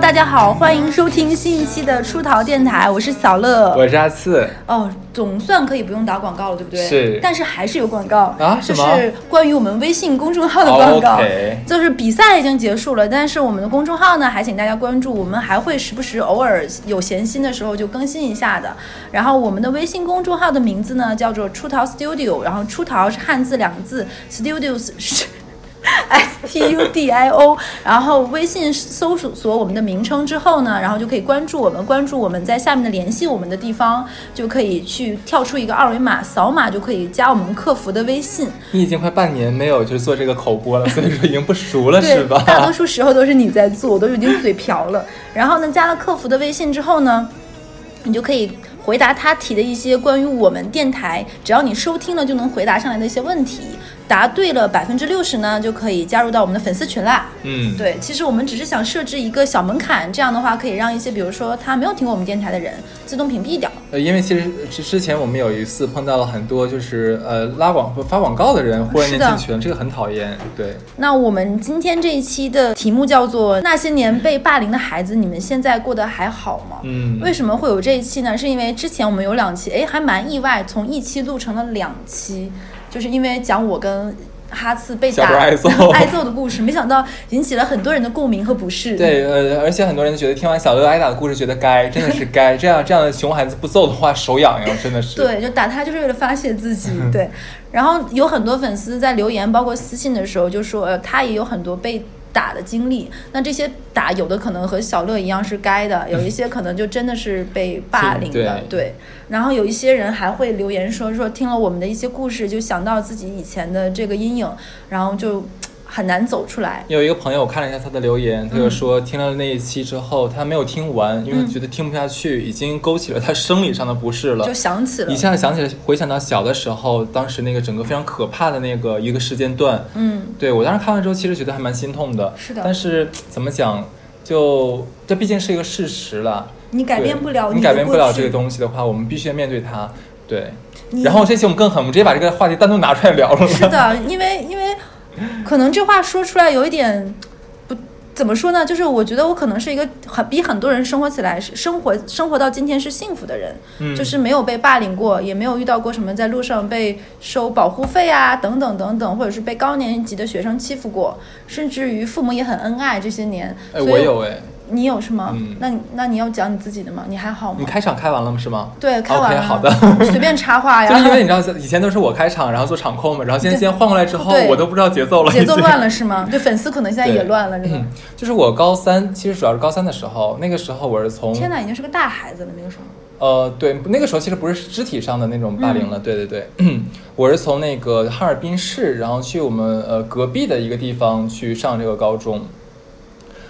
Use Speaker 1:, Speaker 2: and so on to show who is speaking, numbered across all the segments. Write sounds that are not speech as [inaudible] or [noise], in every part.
Speaker 1: 大家好，欢迎收听新一期的出逃电台，我是小乐。
Speaker 2: 我是阿次，
Speaker 1: 哦，总算可以不用打广告了，对不对？
Speaker 2: 是
Speaker 1: 但是还是有广告
Speaker 2: 啊
Speaker 1: 就
Speaker 2: 什么
Speaker 1: 是关于我们微信公众号的广告。
Speaker 2: OK
Speaker 1: 就是比赛已经结束了，但是我们的公众号呢，还请大家关注，我们还会时不时偶尔有闲心的时候就更新一下的。然后我们的微信公众号的名字呢，叫做出逃 Studio，然后出逃是汉字两个字，Studios 是。S T U D I O，然后微信搜索我们的名称之后呢，然后就可以关注我们，关注我们在下面的联系我们的地方，就可以去跳出一个二维码，扫码就可以加我们客服的微信。
Speaker 2: 你已经快半年没有就是做这个口播了，所以说已经不熟 [laughs] 了，是吧？
Speaker 1: 大多数时候都是你在做，我都已经嘴瓢了。然后呢，加了客服的微信之后呢，你就可以回答他提的一些关于我们电台，只要你收听了就能回答上来的一些问题。答对了百分之六十呢，就可以加入到我们的粉丝群啦。
Speaker 2: 嗯，
Speaker 1: 对，其实我们只是想设置一个小门槛，这样的话可以让一些，比如说他没有听过我们电台的人，自动屏蔽掉。
Speaker 2: 呃，因为其实之之前我们有一次碰到了很多就是呃拉广发广告的嗯人忽然
Speaker 1: 是
Speaker 2: 间
Speaker 1: 的
Speaker 2: 进群，这个很讨厌。对，
Speaker 1: 那我们今天这一期的题目叫
Speaker 2: 嗯
Speaker 1: 做《那些年被霸凌的孩子》，你们现在过得还好吗？
Speaker 2: 嗯
Speaker 1: 为什么会有这一期呢？是因为之前我们有两期，哎，还蛮意外，从一期录成了两期，就是因为讲我跟。哈次被
Speaker 2: 小
Speaker 1: 打
Speaker 2: 孩挨揍
Speaker 1: [laughs] 挨揍的故事，没想到引起了很多人的共鸣和不适。
Speaker 2: 对，呃，而且很多人觉得听完小乐挨打的故事，觉得该真的是该这样这样的熊孩子不揍的话手痒痒，真的是。
Speaker 1: 对，就打他就是为了发泄自
Speaker 2: [laughs]
Speaker 1: 己。对，然后有很多粉丝在留言，包括私信的时候，就说呃，他也有很多被。打的经历，那这些打有的可能和小乐一样是该的，有一些可能就真的是
Speaker 2: [laughs]
Speaker 1: 被霸凌的，
Speaker 2: 对
Speaker 1: 对。然后有一些人还会留言说说听了我们的一些故事，就想到自己以前的这个阴影，然后就很难走出来。
Speaker 2: 有一个朋友，我看了一下他的留言，他就说、听了那一期之后，他没有听完，因为他觉得听不下去，已经勾起了他生理上的不适了，
Speaker 1: 就想起了
Speaker 2: 一下子想起来，回想到小的时候，当时那个整个非常可怕的那个一个时间段，
Speaker 1: 嗯，
Speaker 2: 对我当时看完之后，其实觉得还蛮心痛的。
Speaker 1: 是的
Speaker 2: 但是怎么讲，就这毕竟是一个事实了，
Speaker 1: 你改变
Speaker 2: 对
Speaker 1: 不了
Speaker 2: 你
Speaker 1: 你
Speaker 2: 改
Speaker 1: 的
Speaker 2: 变不
Speaker 1: 过
Speaker 2: 了
Speaker 1: 去
Speaker 2: 这个东西的话，我们必须面对它。对
Speaker 1: 你，
Speaker 2: 然后这期我们更狠，我们直接把这个话题单独拿出来聊
Speaker 1: [laughs]
Speaker 2: 了。
Speaker 1: 是的，因为因为可能这话说出来有一点不怎么说呢，就是我觉得我可能是一个很比很多人生活起来是生活生活到今天是幸福的人，
Speaker 2: 嗯
Speaker 1: 就是没有被霸凌过，也没有遇到过什么在路上被收保护费啊等等等等，或者是被高年级的学生欺负过，甚至于父母也很恩爱这些年。
Speaker 2: 哎，
Speaker 1: 所以
Speaker 2: 我有哎，
Speaker 1: 你有是吗？
Speaker 2: 嗯
Speaker 1: 那你那你要讲你自己的吗？你还好吗
Speaker 2: 你？开场开完了吗？是吗？
Speaker 1: 对，开完
Speaker 2: OK，
Speaker 1: 了
Speaker 2: 好的。
Speaker 1: 随便插话哎呀。
Speaker 2: [laughs] 就是因为你知道，以前都是我开场，然后做场控嘛，然后现在
Speaker 1: 对
Speaker 2: 现在换过来之后，
Speaker 1: 对
Speaker 2: 我都不知道节奏了，
Speaker 1: 节奏
Speaker 2: 已经
Speaker 1: 乱了是吗？对，粉丝可能现在也
Speaker 2: 对 [laughs]
Speaker 1: 乱了，这个。
Speaker 2: 嗯就是我高三，其实主要是高三的时候，那个时候我是从
Speaker 1: 天哪，已经是个大孩子了，那个时候。
Speaker 2: 呃，对，那个时候其实不是肢体上的那种霸凌了，对对对， [clears throat] 我是从那个哈尔滨市，然后去我们呃隔壁的一个地方去上这个高中，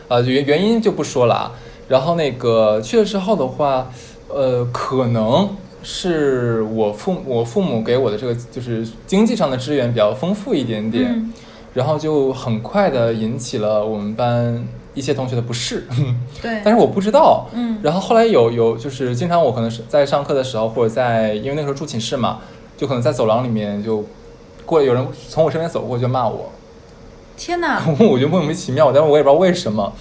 Speaker 2: 呃原原因就不说了啊。然后那个去了之后的话，呃，可能是我父我父母给我的这个就是经济上的资源比较丰富一点点，
Speaker 1: 嗯
Speaker 2: 然后就很快的引起了我们班一些同学的不适。 [laughs]
Speaker 1: 对，
Speaker 2: 但是我不知道，
Speaker 1: 嗯
Speaker 2: 然后后来有有就是经常我可能是在上课的时候，或者在因为那个时候住寝室嘛，就可能在走廊里面就过来有人从我身边走过就骂我， [laughs]
Speaker 1: 天哪，
Speaker 2: 我就莫名其妙，但是我也不知道为什么，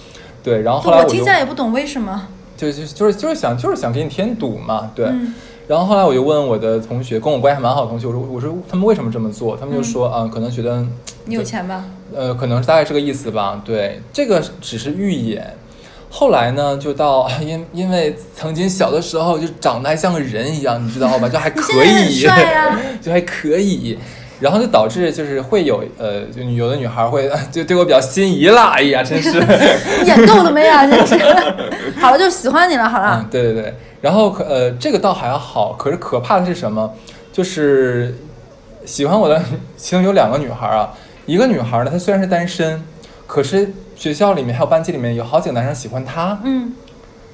Speaker 2: 对，然后后来
Speaker 1: 我
Speaker 2: 就
Speaker 1: 听下也不懂为什么。
Speaker 2: 就就就是就是想就是想给你添堵嘛，对。
Speaker 1: 嗯
Speaker 2: 然后后来我就问我的同学，跟我关系还蛮好的同学，我说我说他们为什么这么做？他们就说啊、可能觉得
Speaker 1: 嗯你有钱吧？
Speaker 2: 呃，可能是大概这个意思吧。对，这个只是预演。后来呢，就到 [laughs] 因因为曾经小的时候就长得还像个人一样，你知道吧？就还
Speaker 1: 你现
Speaker 2: 可
Speaker 1: 在很
Speaker 2: 以，
Speaker 1: 帅
Speaker 2: [laughs]
Speaker 1: 啊
Speaker 2: 就还可以。然后就导致就是会有呃，就有的女孩会 [laughs] 就对我比较心仪啦。哎呀，真是。
Speaker 1: 你演够了没啊？真
Speaker 2: [laughs]
Speaker 1: 是。好了，就喜欢你了，好
Speaker 2: 嗯
Speaker 1: 了，。
Speaker 2: 对对对。然后可呃，这个倒还好，可是可怕的是什么？就是喜欢我的其中有两个女孩啊，一个女孩呢，她虽然是单身，可是学校里面还有班级里面有好几个男生喜欢她，
Speaker 1: 嗯，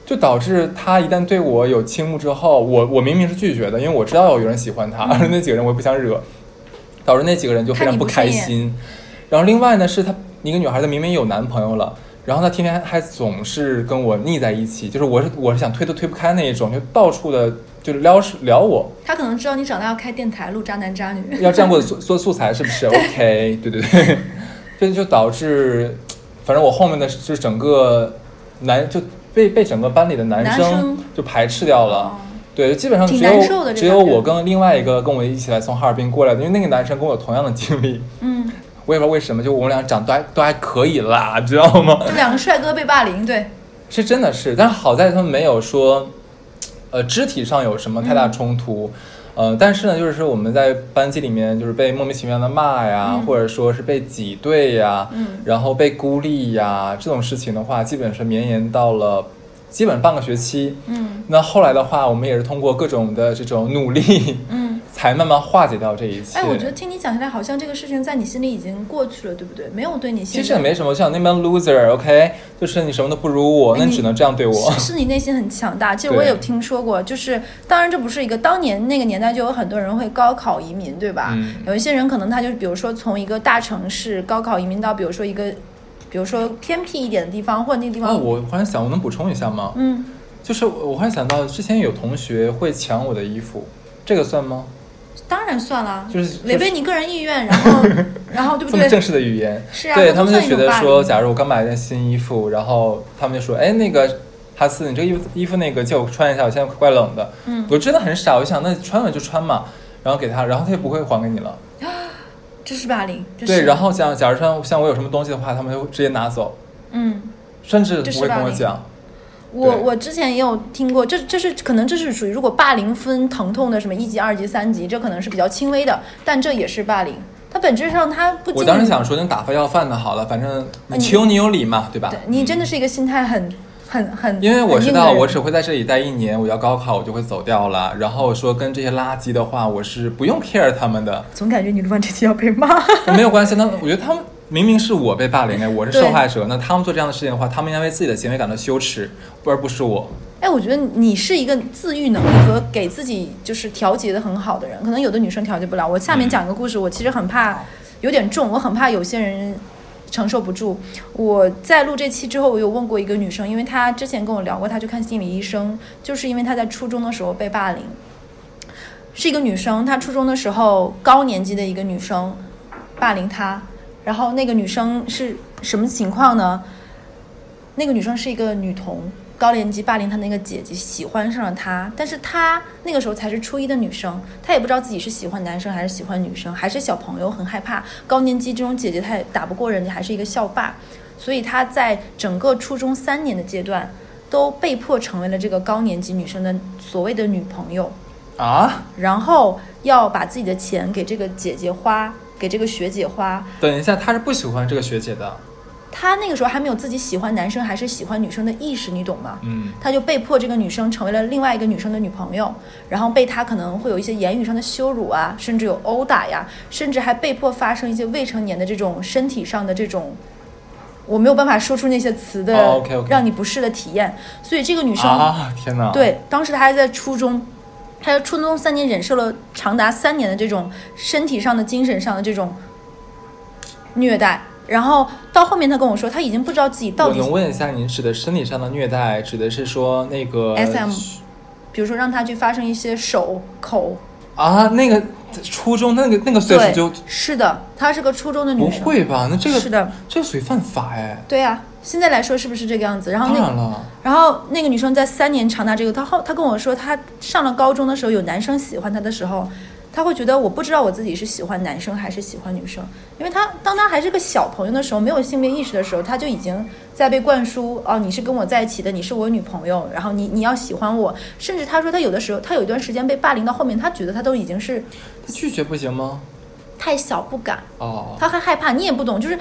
Speaker 2: 就导致她一旦对我有倾慕之后，我我明明是拒绝的，因为我知道有人喜欢
Speaker 1: 嗯
Speaker 2: 她，而那几个人我也不想惹，导致那几个人就非
Speaker 1: 看
Speaker 2: 常
Speaker 1: 你
Speaker 2: 不
Speaker 1: 不
Speaker 2: 开
Speaker 1: 顺眼
Speaker 2: 心。然后另外呢，是她一个女孩子明明有男朋友了，然后她天天还总是跟我腻在一起，就是我是我是想推都推不开那一种，就到处的就是撩是撩我，
Speaker 1: 他可能知道你长大要开电台录渣男渣女。
Speaker 2: 要这样给我做做素材是不是？OK，对对对，这就导致，反正我后面的就是整个男就被被整个班里的男
Speaker 1: 男
Speaker 2: 生
Speaker 1: 生
Speaker 2: 就排斥掉了。
Speaker 1: 哦
Speaker 2: 对，基本上
Speaker 1: 挺
Speaker 2: 只
Speaker 1: 难受
Speaker 2: 有
Speaker 1: 的这
Speaker 2: 只有
Speaker 1: 感觉
Speaker 2: 我跟另外一个跟我一起来从哈尔滨过来的，因为那个男生跟我有同样的经历，
Speaker 1: 嗯，
Speaker 2: 我也不知道为什么，就我们俩长得都还都还可以啦，知道吗？
Speaker 1: 就两个帅哥被霸凌，对，
Speaker 2: 是真的是，但是好在他们没有说，呃，肢体上有什么太大冲突，
Speaker 1: 嗯
Speaker 2: 呃，但是呢，就是说我们在班级里面就是被莫名其妙的骂呀，
Speaker 1: 嗯
Speaker 2: 或者说是被挤兑呀，
Speaker 1: 嗯
Speaker 2: 然后被孤立呀，这种事情的话，基本是绵延到了基本半个学期。
Speaker 1: 嗯
Speaker 2: 那后来的话，我们也是通过各种的这种努力，
Speaker 1: 嗯。
Speaker 2: 才慢慢化解掉这一切。
Speaker 1: 哎，我觉得听你讲下来，好像这个事情在你心里已经过去了，对不对？没有对你心
Speaker 2: 其
Speaker 1: 里
Speaker 2: 实也没什么，就像那帮 loser，OK，、就是你什么都不如我，
Speaker 1: 哎
Speaker 2: 那你
Speaker 1: 你
Speaker 2: 只能这样对我。
Speaker 1: 是是你内心很强大，这个我
Speaker 2: 对
Speaker 1: 也有听说过。就是当然，这不是一个当年那个年代就有很多人会高考移民，对吧？
Speaker 2: 嗯
Speaker 1: 有一些人可能他就是，比如说从一个大城市高考移民到，比如说一个，比如说偏僻一点的地方，或者那个地
Speaker 2: [laughs] 啊，
Speaker 1: 方，
Speaker 2: 我忽然想，我能补充一下吗？
Speaker 1: 嗯，
Speaker 2: 就是我我忽然想到，之前有同学会抢我的衣服，这个算吗？
Speaker 1: 当然算了，
Speaker 2: 就是
Speaker 1: 违背你个人意愿，然后然后对不
Speaker 2: 这么正
Speaker 1: 对？
Speaker 2: 式的语言，
Speaker 1: 是啊
Speaker 2: 对
Speaker 1: 那
Speaker 2: 他
Speaker 1: 不
Speaker 2: 们
Speaker 1: 算
Speaker 2: 就
Speaker 1: 一
Speaker 2: 觉
Speaker 1: 种
Speaker 2: 得
Speaker 1: 霸
Speaker 2: 说，
Speaker 1: 凌
Speaker 2: 假如我刚买了一件新衣服，然后他们就说，哎，那个哈斯，你这个衣服衣服那个借我穿一下，我现在怪冷的。
Speaker 1: 嗯
Speaker 2: 我真的很傻，我想那穿了就穿嘛，然后给他，然后他也不会还给你了。
Speaker 1: 这是霸凌，这是
Speaker 2: 对，然后像假如说像我有什么东西的话，他们就直接拿走，
Speaker 1: 嗯。
Speaker 2: 甚至
Speaker 1: 这是
Speaker 2: 不会跟
Speaker 1: 霸
Speaker 2: 我
Speaker 1: 凌
Speaker 2: 讲。
Speaker 1: 我
Speaker 2: 对
Speaker 1: 我之前也有听过，这这是可能这是属于如果霸凌分疼痛的什么一级、二级、三级，这可能是比较轻微的，但这也是霸凌。它本质上它不仅
Speaker 2: 我当时想说，那打发要饭的好了，反正你
Speaker 1: 你
Speaker 2: 情你有理嘛，对
Speaker 1: 嗯
Speaker 2: 吧？
Speaker 1: 对你真的是一个心态很很 [laughs] 很，
Speaker 2: 嗯因为我知
Speaker 1: 很
Speaker 2: 道
Speaker 1: 硬的人
Speaker 2: 我只会在这里待一年，我要高考我就会走掉了。然后说跟这些垃圾的话，我是不用 care 他
Speaker 1: [laughs]
Speaker 2: 们的，
Speaker 1: 总感觉女主办这期要被骂，
Speaker 2: 没有关系。那我觉得他们明明是我被霸凌哎，我是
Speaker 1: 对
Speaker 2: 受害者，那他们做这样的事情的话，他们应该为自己的行为感到羞耻，而不是我。
Speaker 1: 哎，我觉得你是一个自愈能力和给自己就是调节的很好的人，可能有的女生调节不了。我下面讲一个故事，我其实很怕有点重，我很怕有些人承受不住。我在录这期之后，我有问过一个女生，因为她之前跟我聊过，她去看心理医生，就是因为她在初中的时候被霸凌，是一个女生，她初中的时候高年级的一个女生霸凌她，然后那个女生是什么情况呢？那个女生是一个女童，高年级霸凌她那个姐姐喜欢上了她，但是她那个时候才是初一的女生，她也不知道自己是喜欢男生还是喜欢女生，还是小朋友，很害怕。高年级这种姐姐她也打不过人家，还是一个校霸，所以她在整个初中三年的阶段，都被迫成为了这个高年级女生的所谓的女朋友。
Speaker 2: 啊，
Speaker 1: 然后要把自己的钱给这个姐姐花，给这个学姐花。
Speaker 2: 等一下，他是不喜欢这个学姐的，
Speaker 1: 她那个时候还没有自己喜欢男生还是喜欢女生的意识，你懂吗？
Speaker 2: 嗯，
Speaker 1: 他就被迫这个女生成为了另外一个女生的女朋友，然后被她可能会有一些言语上的羞辱啊，甚至有殴打呀，甚至还被迫发生一些未成年的这种身体上的这种，我没有办法说出那些词的
Speaker 2: 哦，OK，OK
Speaker 1: 让你不适的体验。所以这个女生
Speaker 2: 啊，天哪，，
Speaker 1: 对，当时他还在初中，他在初中三年忍受了长达三年的这种身体上的、精神上的这种虐待，然后到后面他跟我说，他已经不知道自己到
Speaker 2: 我
Speaker 1: 底
Speaker 2: 能，问一下，您指的身体上的虐待，指的是说那个
Speaker 1: SM 比如说让他去发生一些手、口，
Speaker 2: 啊，那个初中那个那个岁数
Speaker 1: 对
Speaker 2: 就，
Speaker 1: 是的，她是个初中的
Speaker 2: 不
Speaker 1: 女生，
Speaker 2: 会吧？那这个
Speaker 1: 是的，
Speaker 2: 这个属于犯法哎，
Speaker 1: 对啊，现在来说是不是这个样子？然后
Speaker 2: 当
Speaker 1: 那
Speaker 2: 然
Speaker 1: 个。
Speaker 2: 了。
Speaker 1: 然后那个女生在三年长达这个，她后她跟我说，她上了高中的时候有男生喜欢她的时候，她会觉得我不知道我自己是喜欢男生还是喜欢女生，因为她当她还是个小朋友的时候，没有性别意识的时候，她就已经在被灌输哦，你是跟我在一起的，你是我女朋友，然后你你要喜欢我，甚至她说她有的时候，她有一段时间被霸凌到后面，她觉得她都已经是
Speaker 2: 他拒绝不行吗？
Speaker 1: 太小不敢，
Speaker 2: 哦，
Speaker 1: 他还害怕，你也不懂，就是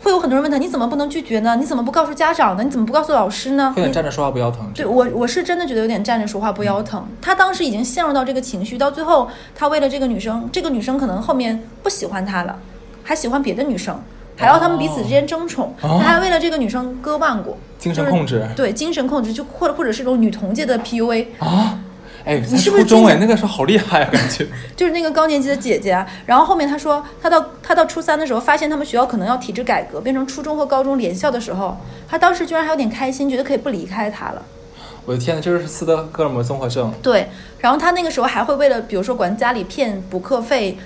Speaker 1: 会有很多人问他，你怎么不能拒绝呢？你怎么不告诉家长呢？你怎么不告诉老师呢？
Speaker 2: 快点
Speaker 1: 你
Speaker 2: 站着说话不腰疼。
Speaker 1: 对我，我是真的觉得有点站着说话不腰
Speaker 2: 嗯
Speaker 1: 疼。他当时已经陷入到这个情绪，到最后，他为了这个女生，这个女生可能后面不喜欢他了，还喜欢别的女生，还要他们彼此之间争宠，
Speaker 2: 哦
Speaker 1: 他还为了这个女生割腕过，
Speaker 2: 精神
Speaker 1: 就是
Speaker 2: 控制
Speaker 1: 对精神控制，就或者或者是这种女同界的 PUA，
Speaker 2: 啊，哎，在
Speaker 1: 你是不是
Speaker 2: 初中哎，
Speaker 1: 经常
Speaker 2: 那个时候好厉害啊，感觉。 [laughs]
Speaker 1: 就是那个高年级的姐姐啊。然后后面她说，她到她到初三的时候，发现他们学校可能要体制改革，变成初中和高中联校的时候，她当时居然还有点开心，觉得可以不离开他了。
Speaker 2: 我的天呐，这是斯德哥尔摩综合症。
Speaker 1: 对，然后他那个时候还会为了，比如说管家里骗补课费，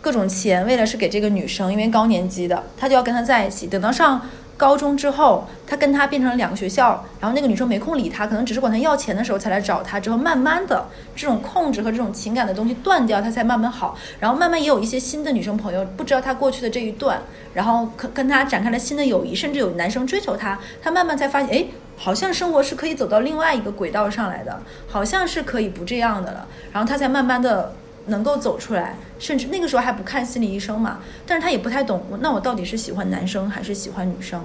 Speaker 1: 各种钱，为了是给这个女生，因为高年级的，他就要跟她在一起。等到上高中之后，他跟他变成了两个学校，然后那个女生没空理他，可能只是管他要钱的时候才来找他，之后慢慢的这种控制和这种情感的东西断掉，他才慢慢好，然后慢慢也有一些新的女生朋友不知道他过去的这一段，然后跟跟他展开了新的友谊，甚至有男生追求她，她慢慢才发现，哎，好像生活是可以走到另外一个轨道上来的，好像是可以不这样的了，然后她才慢慢的。能够走出来，甚至那个时候还不看心理医生嘛，但是他也不太懂，那我到底是喜欢男生还是喜欢女生？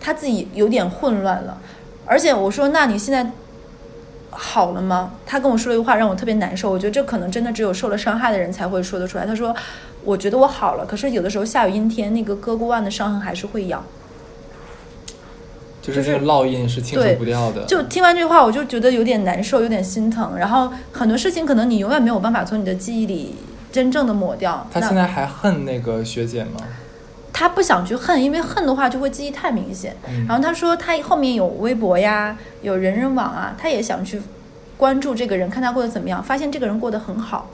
Speaker 1: 他自己有点混乱了。而且我说，那你现在好了吗？他跟我说了一句话，让我特别难受。我觉得这可能真的只有受了伤害的人才会说得出来。他说：“我觉得我好了，可是有的时候下雨阴天，那个割过腕的伤痕还是会痒。”
Speaker 2: 就是这个烙印是清除不掉的。
Speaker 1: 就听完这句话，我就觉得有点难受，有点心疼。然后很多事情可能你永远没有办法从你的记忆里真正的抹掉。
Speaker 2: 他现在还恨那个学姐吗？
Speaker 1: 他不想去恨，因为恨的话就会记忆太明显。嗯、然后他说他后面有微博呀，有人人网啊，他也想去关注这个人，看他过得怎么样。发现这个人过得很好，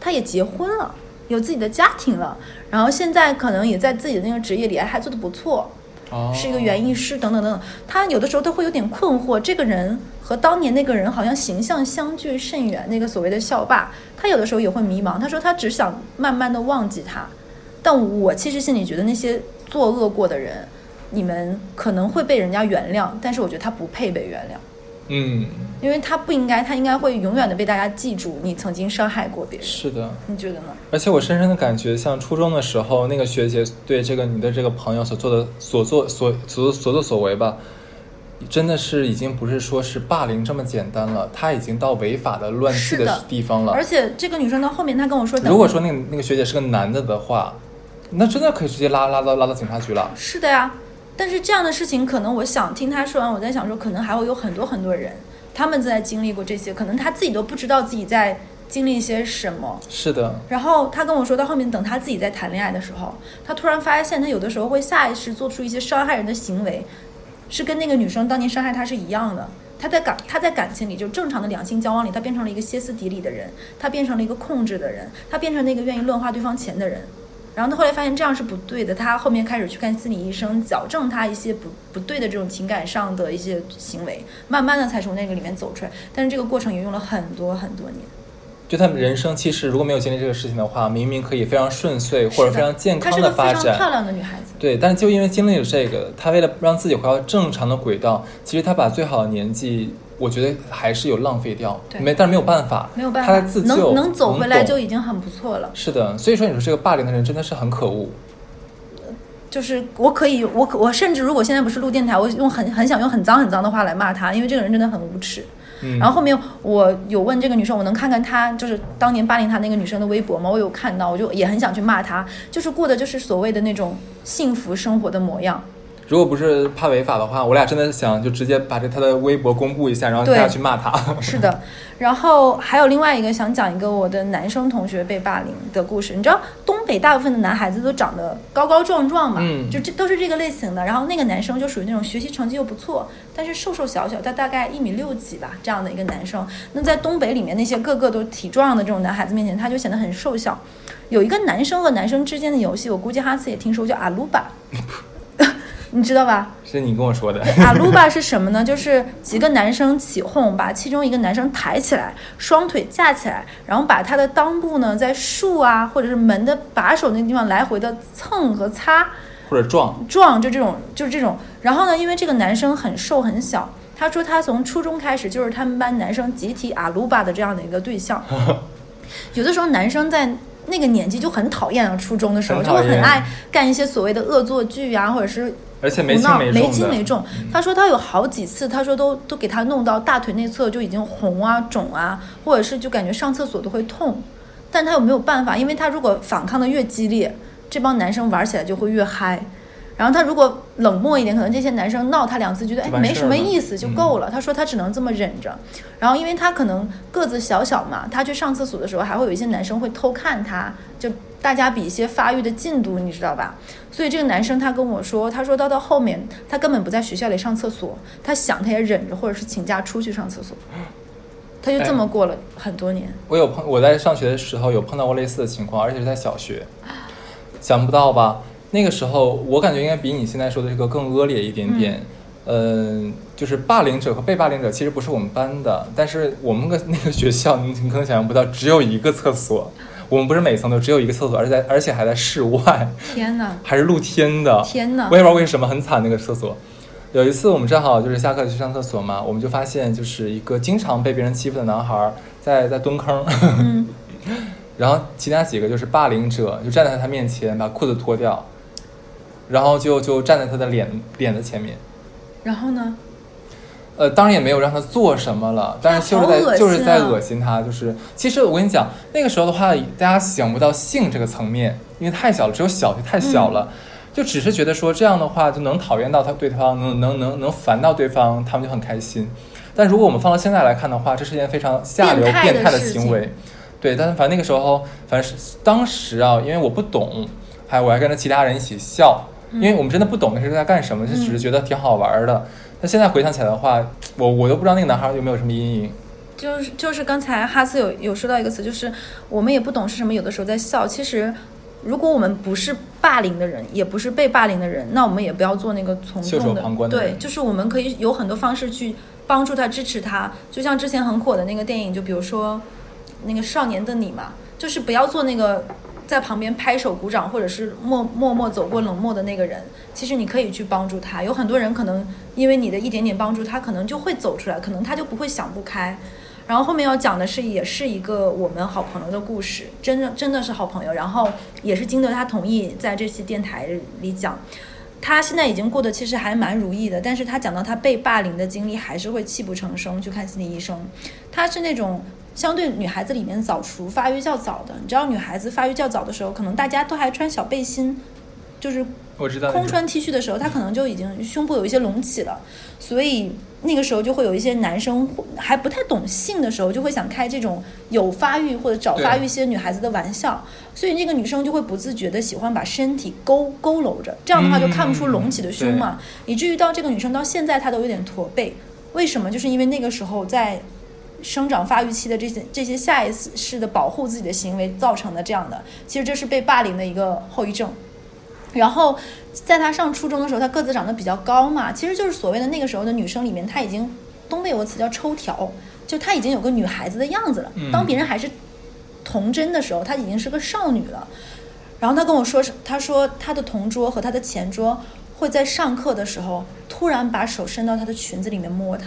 Speaker 1: 他也结婚了，有自己的家庭了，然后现在可能也在自己的那个职业里还做得不错。
Speaker 2: 哦
Speaker 1: 是一个园艺师等等等等，他有的时候都会有点困惑，这个人和当年那个人好像形象相距甚远。那个所谓的校霸，他有的时候也会迷茫。他说他只想慢慢的忘记他，但我其实心里觉得那些作恶过的人，你们可能会被人家原谅，但是我觉得他不配被原谅。
Speaker 2: 嗯，
Speaker 1: 因为他不应该，他应该会永远的被大家记住，你曾经伤害过别人。
Speaker 2: 是的，
Speaker 1: 你觉得呢？
Speaker 2: 而且我深深的感觉，像初中的时候，那个学姐对这个你的这个朋友所做的所做所所所作所为吧，真的是已经不是说是霸凌这么简单了，他已经到违法的乱纪
Speaker 1: 的
Speaker 2: 地方了。
Speaker 1: 而且这个女生到后面，她跟我说，
Speaker 2: 如果说那个那个学姐是个男的的话，那真的可以直接拉拉到拉到警察局了。
Speaker 1: 是的呀。但是这样的事情，可能我想听他说完，我在想说，可能还会有很多很多人，他们在经历过这些，可能他自己都不知道自己在经历些什么。
Speaker 2: 是的。
Speaker 1: 然后他跟我说，到后面等他自己在谈恋爱的时候，他突然发现，他有的时候会下意识做出一些伤害人的行为，是跟那个女生当年伤害他是一样的。他在感他在感情里就正常的两性交往里，他变成了一个歇斯底里的人，他变成了一个控制的人，他变成那个愿意乱花对方钱的人。然后他后来发现这样是不对的，他后面开始去看心理医生，矫正他一些不不对的这种情感上的一些行为，慢慢的才从那个里面走出来。但是这个过程也用了很多很多年。
Speaker 2: 就他们人生其实如果没有经历这个事情的话，明明可以非常顺遂或者非常健康
Speaker 1: 的
Speaker 2: 发展。她是
Speaker 1: 个非常漂亮的女孩子。
Speaker 2: 对，但是就因为经历了这个，她为了让自己回到正常的轨道，其实她把最好的年纪。我觉得还是有浪费掉，没，但是没有办法，
Speaker 1: 没有办
Speaker 2: 法，他在自
Speaker 1: 救，能能
Speaker 2: 走
Speaker 1: 回来就已经很不错了。
Speaker 2: 是的，所以说你说这个霸凌的人真的是很可恶。
Speaker 1: 就是我可以，我我甚至如果现在不是录电台，我用很很想用很脏很脏的话来骂他，因为这个人真的很无耻。
Speaker 2: 嗯、
Speaker 1: 然后后面我有问这个女生，我能看看她就是当年霸凌她那个女生的微博吗？我有看到，我就也很想去骂她，就是过的就是所谓的那种幸福生活的模样。
Speaker 2: 如果不是怕违法的话，我俩真的想就直接把这他的微博公布一下，然后大家去骂他。 [laughs]
Speaker 1: 是的，然后还有另外一个想讲一个我的男生同学被霸凌的故事。你知道东北大部分的男孩子都长得高高壮壮嘛，
Speaker 2: 嗯、
Speaker 1: 就这都是这个类型的。然后那个男生就属于那种学习成绩又不错，但是瘦瘦小小，他大概一米六几吧这样的一个男生。那在东北里面那些个个都体壮的这种男孩子面前，他就显得很瘦小。有一个男生和男生之间的游戏，我估计哈斯也听说叫阿鲁巴。 [laughs] 你知道吧？
Speaker 2: 是你跟我说的。
Speaker 1: 阿鲁巴啊是什么呢？就是几个男生起哄，把其中一个男生抬起来，双腿架起来，然后把他的裆部呢在树啊或者是门的把手那地方来回的蹭和擦，
Speaker 2: 或者撞
Speaker 1: 撞，就这种就是这种。然后呢，因为这个男生很瘦很小，他说他从初中开始就是他们班男生集体阿鲁巴的这样的一个对
Speaker 2: [laughs]
Speaker 1: 象。有的时候男生在。那个年纪就很讨厌了，啊初中的时候就会很爱干一些所谓的恶作剧啊，或者是
Speaker 2: 而且没轻没
Speaker 1: 没轻没
Speaker 2: 重。
Speaker 1: 他说他有好几次，他说都都给他弄到大腿内侧就已经红啊、肿啊，或者是就感觉上厕所都会痛，但他又没有办法，因为他如果反抗的越激烈，这帮男生玩起来就会越嗨。然后他如果冷漠一点，可能这些男生闹他两次，觉得哎没什么意思就够了。
Speaker 2: 嗯、
Speaker 1: 他说他只能这么忍着。然后因为他可能个子小小嘛，他去上厕所的时候还会有一些男生会偷看他，就大家比一些发育的进度，你知道吧？所以这个男生他跟我说，他说到到后面他根本不在学校里上厕所，他想他也忍着，或者是请假出去上厕所。他就这么过了很多年。哎、
Speaker 2: 我有碰我在上学的时候有碰到过类似的情况，而且是在小学，想不到吧？那个时候我感觉应该比你现在说的这个更恶劣一点点。嗯、呃，就是霸凌者和被霸凌者其实不是我们班的，但是我们个那个学校，你你可能想象不到，只有一个厕所。我们不是每层都只有一个厕所，而且在而且还在室外，
Speaker 1: 天哪，
Speaker 2: 还是露天的。
Speaker 1: 天哪
Speaker 2: 我！也不知道为什么很惨那个厕所。有一次我们正好就是下课去上厕所嘛，我们就发现就是一个经常被别人欺负的男孩儿在在蹲坑，
Speaker 1: 嗯，
Speaker 2: [laughs] 然后其他几个就是霸凌者就站在他面前把裤子脱掉，然后就就站在他的脸脸的前面。
Speaker 1: 然后呢？
Speaker 2: 呃，当然也没有让他做什么了，但是就是
Speaker 1: 好恶心啊
Speaker 2: 在、就是在恶心他，就是其实我跟你讲，那个时候的话，大家想不到性这个层面，因为太小了，只有小学太小了，就只是觉得说这样的话就能讨厌到他对方，能能能能烦到对方，他们就很开心。但如果我们放到现在来看的话，这是件非常下流
Speaker 1: 变态的
Speaker 2: 变态的
Speaker 1: 事
Speaker 2: 行
Speaker 1: 情
Speaker 2: 为，对。但是反正那个时候，反正是当时啊，因为我不懂，还我还跟着其他人一起笑，因为我们真的不懂那是在干什么，就只是觉得挺好玩儿的。那现在回想起来的话，我我都不知道那个男孩有没有什么阴影。
Speaker 1: 就是就是刚才哈斯有有说到一个词，就是我们也不懂是什么，有的时候在笑。其实，如果我们不是霸凌的人，也不是被霸凌的人，那我们也不要做那个从
Speaker 2: 袖
Speaker 1: 众
Speaker 2: 手旁观的
Speaker 1: 对
Speaker 2: 人，
Speaker 1: 就是我们可以有很多方式去帮助他、支持他。就像之前很火的那个电影，就比如说那个《少年的你》嘛，就是不要做那个。在旁边拍手鼓掌，或者是默默默走过冷漠的那个人，其实你可以去帮助他。有很多人可能因为你的一点点帮助，他可能就会走出来，可能他就不会想不开。然后后面要讲的是，也是一个我们好朋友的故事，真的真的是好朋友。然后也是经得他同意，在这期电台里讲，他现在已经过得其实还蛮如意的，但是他讲到他被霸凌的经历，还是会泣不成声去看心理医生。他是那种相对女孩子里面早熟、发育较早的。你知道，女孩子发育较早的时候，可能大家都还穿小背心，就是
Speaker 2: 我知道，
Speaker 1: 空穿 T 恤的时候，他可能就已经胸部有一些隆起了，所以那个时候就会有一些男生还不太懂性的时候，就会想开这种有发育或者早发育一些女孩子的玩笑，所以那个女生就会不自觉的喜欢把身体佝佝偻着，这样的话就看不出隆起的胸嘛，以至于到这个女生到现在她都有点驼背，为什么？就是因为那个时候在生长发育期的这些这些下意识的保护自己的行为造成的这样的，其实这是被霸凌的一个后遗症。然后在她上初中的时候，她个子长得比较高嘛，其实就是所谓的那个时候的女生里面，她已经东北有个词叫抽条，就她已经有个女孩子的样子了
Speaker 2: 嗯。
Speaker 1: 当别人还是童真的时候，她已经是个少女了。然后她跟我说是，她说她的同桌和她的前桌会在上课的时候突然把手伸到她的裙子里面摸她，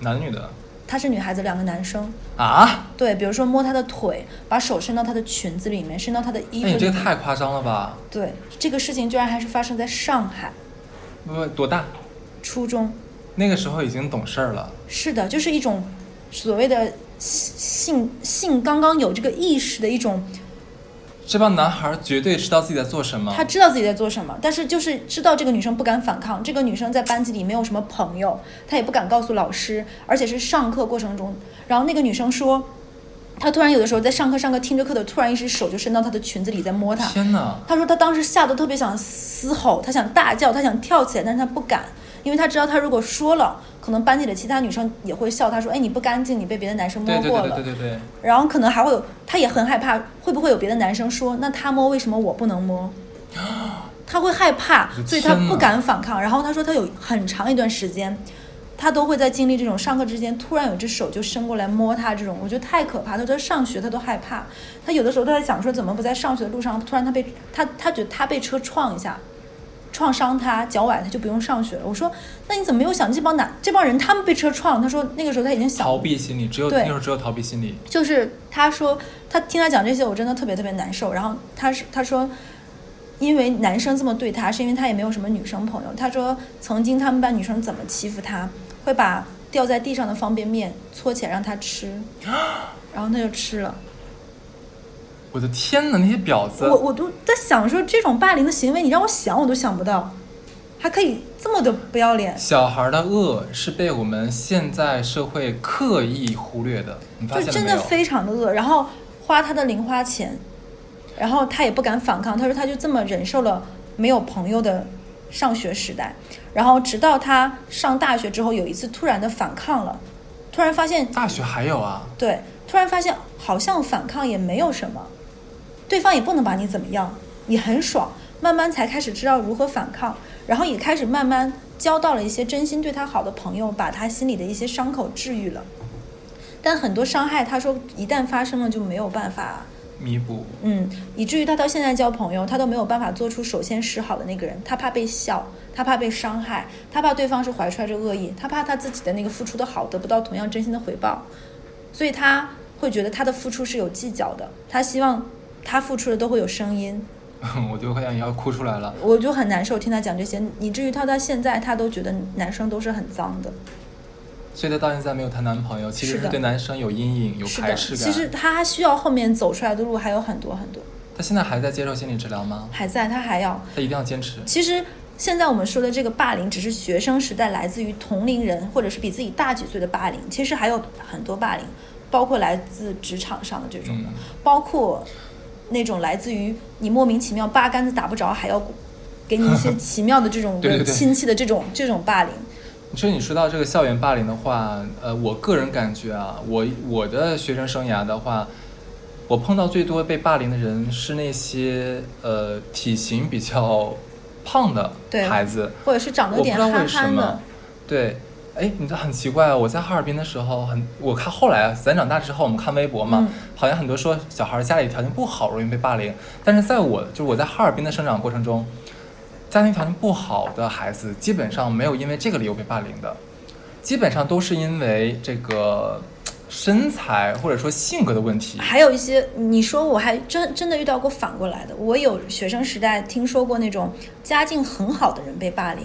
Speaker 2: 男女的
Speaker 1: 她是女孩子，两个男生。
Speaker 2: 啊？
Speaker 1: 对，比如说摸她的腿，把手伸到她的裙子里面，伸到她的衣服里
Speaker 2: 那哎你
Speaker 1: 面。
Speaker 2: 这个太夸张了吧？
Speaker 1: 对，这个事情居然还是发生在上海
Speaker 2: 不不，多大？
Speaker 1: 初中。
Speaker 2: 那个时候已经懂事儿了。
Speaker 1: 是的，就是一种所谓的性性刚刚有这个意识的一种，
Speaker 2: 这帮男孩儿绝对知道自己在做什么
Speaker 1: 他。知道自己在做什么，但是就是知道这个女生不敢反抗，这个女生在班级里没有什么朋友，她也不敢告诉老师，而且是上课过程中，然后那个女生说。她突然有的时候在上课上课听着课的，突然一只手就伸到她的裙子里在摸她，
Speaker 2: 天哪！
Speaker 1: 他说他当时吓得特别想嘶吼，他想大叫，他想跳起来，但是他不敢，因为他知道他如果说了，可能班级里其他女生也会笑他说，哎，你不干净，你被别的男生摸
Speaker 2: 对对
Speaker 1: 过
Speaker 2: 对
Speaker 1: 了
Speaker 2: 对。对对对，
Speaker 1: 然后可能还会有，他也很害怕，会不会有别的男生说，那他摸为什么我不能摸？他会害怕，所以他不敢反抗。然后他说他有很长一段时间，他都会在经历这种上课之间突然有只手就伸过来摸他这种，我觉得太可怕。他说他上学他都害怕，他有的时候都在想说怎么不在上学的路上，突然他被他他觉得他被车撞一下。创伤他脚崴，他就不用上学了。我说，那你怎么没有想这帮男这帮人他们被车撞了？他说那个时候他已经想
Speaker 2: 逃避心理，只有
Speaker 1: 对
Speaker 2: 那时候只有逃避心理。
Speaker 1: 就是他说他听他讲这些，我真的特别特别难受。然后他是他说，因为男生这么对他，是因为他也没有什么女生朋友。他说曾经他们班女生怎么欺负他，会把掉在地上的方便面搓起来让他吃，然后他就吃了。
Speaker 2: 我的天哪，那些婊子！
Speaker 1: 我我都在想说这种霸凌的行为，你让我想我都想不到，还可以这么的不要脸。
Speaker 2: 小孩的恶是被我们现在社会刻意忽略的，你发
Speaker 1: 就
Speaker 2: 现了
Speaker 1: 真
Speaker 2: 没
Speaker 1: 的
Speaker 2: 有？
Speaker 1: 非常的饿，然后花他的零花钱，然后他也不敢反抗，他说他就这么忍受了没有朋友的上学时代，然后直到他上大学之后，有一次突然的反抗了，突然发现
Speaker 2: 大学还有啊，
Speaker 1: 对，突然发现好像反抗也没有什么，对方也不能把你怎么样，也很爽。慢慢才开始知道如何反抗，然后也开始慢慢交到了一些真心对他好的朋友，把他心里的一些伤口治愈了。但很多伤害，他说一旦发生了就没有办法
Speaker 2: 弥补。 [laughs]
Speaker 1: 嗯，以至于他到现在交朋友，他都没有办法做出首先示好的那个人，他怕被笑，他怕被伤害，他怕对方是怀揣着恶意，他怕他自己的那个付出的好得不到同样真心的回报，所以他会觉得他的付出是有计较的，他希望他付出的都会有声音。
Speaker 2: 我就快想要哭出来了。
Speaker 1: 我就很难受听他讲这些，以至于他到现在他都觉得男生都是很脏的。
Speaker 2: 所以她到现在没有谈男朋友，其实
Speaker 1: 是
Speaker 2: 是
Speaker 1: 的
Speaker 2: 对男生有阴影、有
Speaker 1: 是
Speaker 2: 排
Speaker 1: 的，
Speaker 2: 斥
Speaker 1: 其
Speaker 2: 感。
Speaker 1: 实他需要后面走出来的路还有很多很多，
Speaker 2: 她现在还在接受心理治疗吗？
Speaker 1: 还在，他还要
Speaker 2: 她一定要坚持。
Speaker 1: 其实现在我们说的这个霸凌，只是学生时代来自于同龄人或者是比自己大几岁的霸凌，其实还有很多霸凌，包括来自职场上的这种的，
Speaker 2: 嗯
Speaker 1: 包括那种来自于你莫名其妙八竿子打不着还要给你一些奇妙的这种
Speaker 2: 对对 [laughs] 对
Speaker 1: 亲戚的这种这种霸凌。
Speaker 2: 你说你说到这个校园霸凌的话，呃，我个人感觉啊，我我的学生生涯的话，我碰到最多被霸凌的人是那些呃体型比较胖的
Speaker 1: 对
Speaker 2: 孩子，
Speaker 1: 或者是长得有
Speaker 2: 我不
Speaker 1: 点
Speaker 2: 知道
Speaker 1: 憨
Speaker 2: 为什
Speaker 1: 憨
Speaker 2: 么
Speaker 1: 的，，
Speaker 2: 对，哎，你知道很奇怪啊，我在哈尔滨的时候很，我看后来啊，咱长大之后，我们看微博嘛，
Speaker 1: 嗯
Speaker 2: 好像很多说小孩家里条件不好，容易被霸凌，但是在我就是我在哈尔滨的生长过程中，家庭条件不好的孩子基本上没有因为这个理由被霸凌的，基本上都是因为这个呃身材或者说性格的问题。
Speaker 1: 还有一些，你说我还真真的遇到过反过来的。我有学生时代听说过那种家境很好的人被霸凌，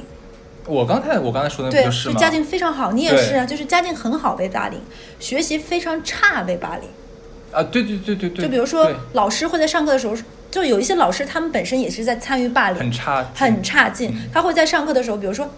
Speaker 2: 我刚才我刚才说的那
Speaker 1: 对，
Speaker 2: 不就是吗？
Speaker 1: 家境非常好，你也是啊，就是家境很好被霸凌，学习非常差被霸凌。
Speaker 2: 啊，对对对对对，
Speaker 1: 就比如说
Speaker 2: 对
Speaker 1: 老师会在上课的时候，就有一些老师他们本身也是在参与霸凌，
Speaker 2: 很差劲，
Speaker 1: 很差劲
Speaker 2: 嗯。
Speaker 1: 他会在上课的时候，比如说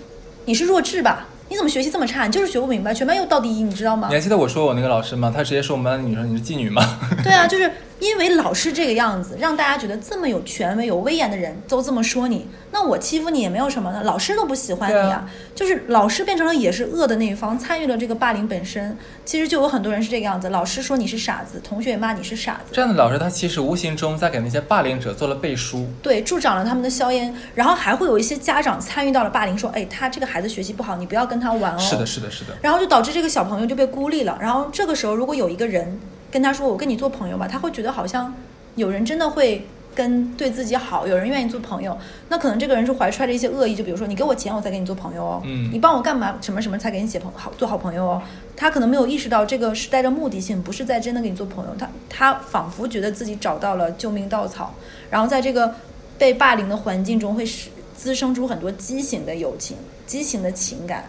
Speaker 1: 你是弱智吧？你怎么学习这么差？你就是学不明白，全班又倒第一，你知道吗
Speaker 2: 你？还记得我说我那个老师吗？他直接说我们班的女生你是妓女吗？ [laughs]
Speaker 1: 对啊，就是因为老师这个样子，让大家觉得这么有权威、有威严的人都这么说你，那我欺负你也没有什么呢，老师都不喜欢你
Speaker 2: 对
Speaker 1: 啊
Speaker 2: 啊。
Speaker 1: 就是老师变成了也是恶的那一方，参与了这个霸凌本身。其实就有很多人是这个样子，老师说你是傻子，同学也骂你是傻子
Speaker 2: 这，样的老师他其实无形中在给那些霸凌者做了背书。
Speaker 1: 对，助长了他们的硝烟。然后还会有一些家长参与到了霸凌，说，哎，他这个孩子学习不好，你不要跟他玩哦。
Speaker 2: 是的，是的，是的，
Speaker 1: 然后就导致这个小朋友就被孤立了。然后这个时候，如果有一个人跟他说“我跟你做朋友吧”，他会觉得好像有人真的会跟对自己好，有人愿意做朋友。那可能这个人是怀揣着一些恶意，就比如说你给我钱，我才跟你做朋友哦，
Speaker 2: 嗯
Speaker 1: 你帮我干嘛什么什么才给你写朋好做好朋友哦。他可能没有意识到这个是带着目的性，不是在真的跟你做朋友。他他仿佛觉得自己找到了救命稻草，然后在这个被霸凌的环境中会使滋生出很多畸形的友情、畸形的情感。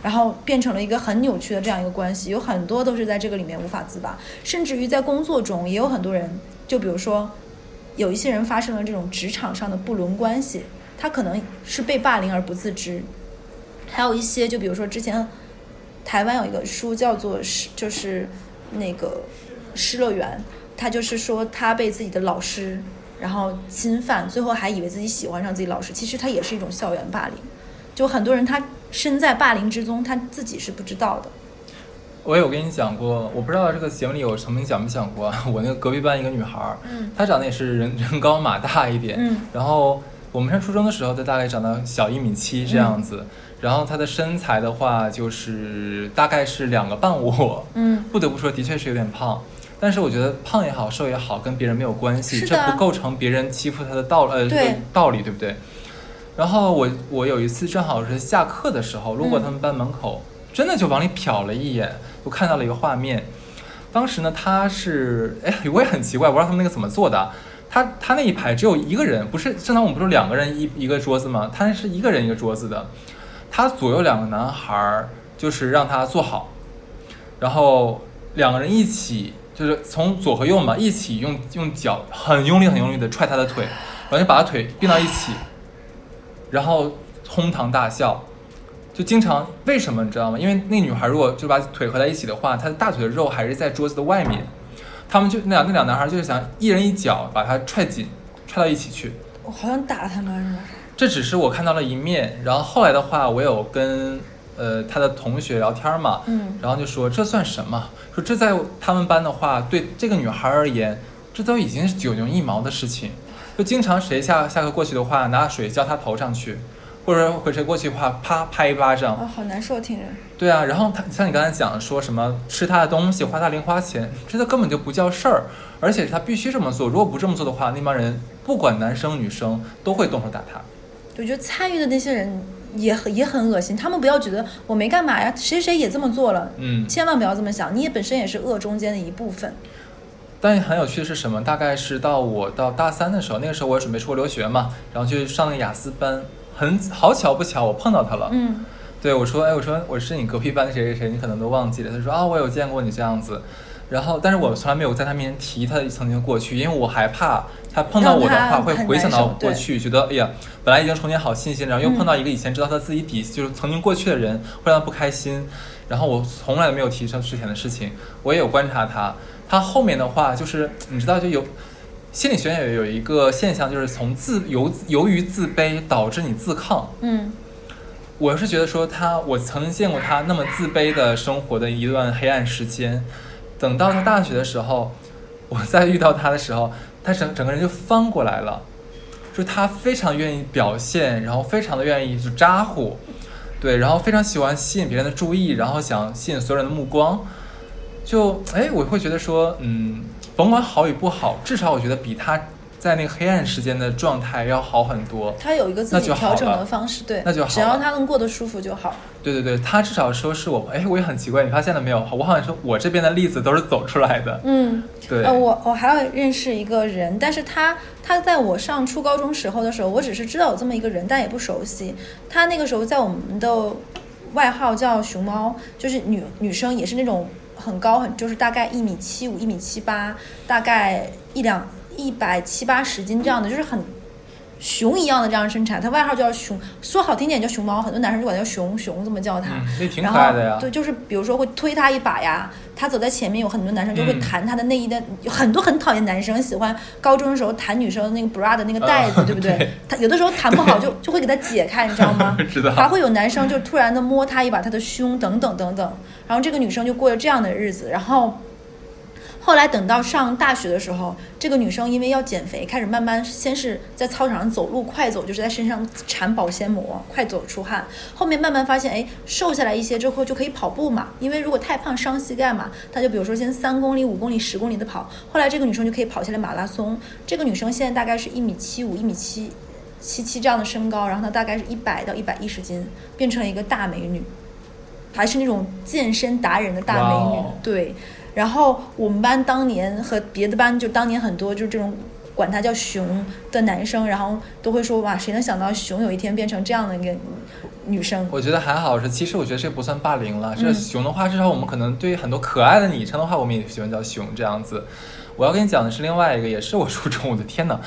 Speaker 1: 然后变成了一个很扭曲的这样一个关系，有很多都是在这个里面无法自拔，甚至于在工作中也有很多人，就比如说，有一些人发生了这种职场上的不伦关系，他可能是被霸凌而不自知，还有一些就比如说之前台湾有一个书叫做《失》，就是那个《失乐园》，他就是说他被自己的老师然后侵犯，最后还以为自己喜欢上自己老师，其实他也是一种校园霸凌。就很多人他身在霸凌之中，他自己是不知道的。
Speaker 2: 我有跟你讲过，我不知道这个节目里有曾经讲没讲过。啊 [laughs] 我那个隔壁班一个女孩儿，
Speaker 1: 嗯
Speaker 2: 她长得也是人人高马大一点，
Speaker 1: 嗯
Speaker 2: 然后我们上初中的时候，她大概长到小一米七
Speaker 1: 嗯
Speaker 2: 这样子，然后她的身材的话就是大概是两个半我，
Speaker 1: 嗯，
Speaker 2: 不得不说的确是有点胖。但是我觉得胖也好，瘦也好，跟别人没有关系，
Speaker 1: 是
Speaker 2: 这
Speaker 1: 的
Speaker 2: 不构成别人欺负她的道呃这
Speaker 1: 对
Speaker 2: 个道理，对不对？然后我我有一次正好是下课的时候路过他们班门口，真的就往里瞟了一眼，我看到了一个画面。当时呢，他是 [laughs] 哎，我也很奇怪，我不知道他们那个怎么做的啊。他他那一排只有一个人，不是正常我们不是两个人一一个桌子吗？他是一个人一个桌子的，他左右两个男孩儿就是让他坐好，然后两个人一起就是从左和右嘛，一起用用脚很用力很用力的踹他的腿，然后就把他腿并到一起，然后哄堂大笑。就经常为什么你知道吗？因为那女孩如果就把腿合在一起的话，她的大腿的肉还是在桌子的外面。他们就那俩那俩男孩就是想一人一脚把她踹紧，踹到一起去。
Speaker 1: 我好像打了他们了。
Speaker 2: 这只是我看到了一面，然后后来的话，我有跟呃他的同学聊天嘛，
Speaker 1: 嗯
Speaker 2: 然后就说这算什么？说这在他们班的话，对这个女孩而言，这都已经是九牛一毛的事情。就经常谁下下课过去的话，拿水浇他头上去，或者回谁过去的话，啪拍一巴掌。
Speaker 1: 哦
Speaker 3: 啊，好难受，听着。
Speaker 2: 对啊，然后他像你刚才讲说什么吃他的东西，花他零花钱，这都根本就不叫事儿，而且他必须这么做。如果不这么做的话，那帮人不管男生女生都会动手打他。
Speaker 1: 我觉得参与的那些人也很也很恶心，他们不要觉得我没干嘛呀，谁谁也这么做了，
Speaker 2: 嗯，
Speaker 1: 千万不要这么想，你也本身也是恶中间的一部分。
Speaker 2: 但很有趣的是什么？大概是到我到大三的时候，那个时候我也准备出国留学嘛，然后去上那雅思班，很好巧不巧，我碰到他了。
Speaker 1: 嗯，
Speaker 2: 对我说：“哎，我说我是你隔壁班的谁谁谁，你可能都忘记了。”他说：“啊，我有见过你这样子。”然后，但是我从来没有在他面前提他曾经的过去，因为我害怕他碰到我的
Speaker 1: 让他
Speaker 2: 话会
Speaker 1: 很
Speaker 2: 回想
Speaker 1: 难
Speaker 2: 到
Speaker 1: 受
Speaker 2: 过
Speaker 1: 对嗯
Speaker 2: 去，觉得哎呀，本来已经重建好信心，然后又碰到一个以前知道他自己底、就是曾经过去的人，会让他不开心。然后我从来没有提上之前的事情，我也有观察他，他后面的话就是你知道就有。心理学也有一个现象，就是从自由由于自卑导致你自抗，
Speaker 1: 嗯，
Speaker 2: 我是觉得说他，我曾经见过他那么自卑的生活的一段黑暗时间。等到他大学的时候，我再遇到他的时候，他整整个人就翻过来了，就是他非常愿意表现，然后非常的愿意就咋呼，对，然后非常喜欢吸引别人的注意，然后想吸引所有人的目光。就哎，我会觉得说，嗯，甭管好与不好，至少我觉得比他在那个黑暗时间的状态要好很多。
Speaker 1: 他有一个自
Speaker 2: 那
Speaker 1: 己
Speaker 2: 就好
Speaker 1: 调整的
Speaker 2: 了
Speaker 1: 方式，对，
Speaker 2: 那就好
Speaker 1: 只要
Speaker 2: 了
Speaker 1: 他能过得舒服就好。
Speaker 2: 对对对，他至少说是我，哎，我也很奇怪，你发现了没有？我好像说我这边的例子都是走出来的。
Speaker 1: 嗯，
Speaker 2: 对，
Speaker 1: 呃，我我还要认识一个人，但是他他在我上初高中时候的时候，我只是知道有这么一个人，但也不熟悉。他那个时候在我们的外号叫熊猫，就是女女生也是那种很高很，就是大概一米七五、一米七八，大概一两一百七八十斤这样的，就是很熊一样的这样的身材，他外号叫熊，说好听点叫熊猫，很多男生就管他叫熊熊，这么叫他，
Speaker 2: 嗯那挺
Speaker 1: 然
Speaker 2: 可爱的
Speaker 1: 后
Speaker 2: 呀
Speaker 1: 对，就是比如说会推他一把呀，他走在前面，有很多男生就会
Speaker 2: 嗯
Speaker 1: 弹他的内衣的，有很多很讨厌男生喜欢高中的时候弹女生那个 bra 的那个带子，
Speaker 2: 啊
Speaker 1: 对不对？
Speaker 2: 对
Speaker 1: 他有的时候弹不好就就会给他解开，你知道吗
Speaker 2: [laughs] ？知道
Speaker 1: 还会有男生就突然的摸他一把他的胸，等等等等，然后这个女生就过着这样的日子，然后。后来等到上大学的时候，这个女生因为要减肥，开始慢慢先是在操场上走路快走，就是在身上缠保鲜膜，快走出汗。后面慢慢发现，哎，瘦下来一些之后就可以跑步嘛，因为如果太胖伤膝盖嘛，她就比如说先三公里、五公里、十公里的跑。后来这个女生就可以跑下来马拉松。这个女生现在大概是一米七五、一米七七七这样的身高，然后她大概是一百到一百一十斤，变成了一个大美女。还是那种健身达人的大美女
Speaker 2: 哇哦
Speaker 1: 对。然后我们班当年和别的班就当年很多就是这种管他叫熊的男生，然后都会说哇，谁能想到熊有一天变成这样的一个女生？
Speaker 2: 我觉得还好是，其实我觉得这不算霸凌了。这
Speaker 1: 嗯
Speaker 2: 熊的话，至少我们可能对于很多可爱的昵称的话，我们也喜欢叫熊这样子。我要跟你讲的是另外一个，也是我 [laughs] 初中，我的天哪！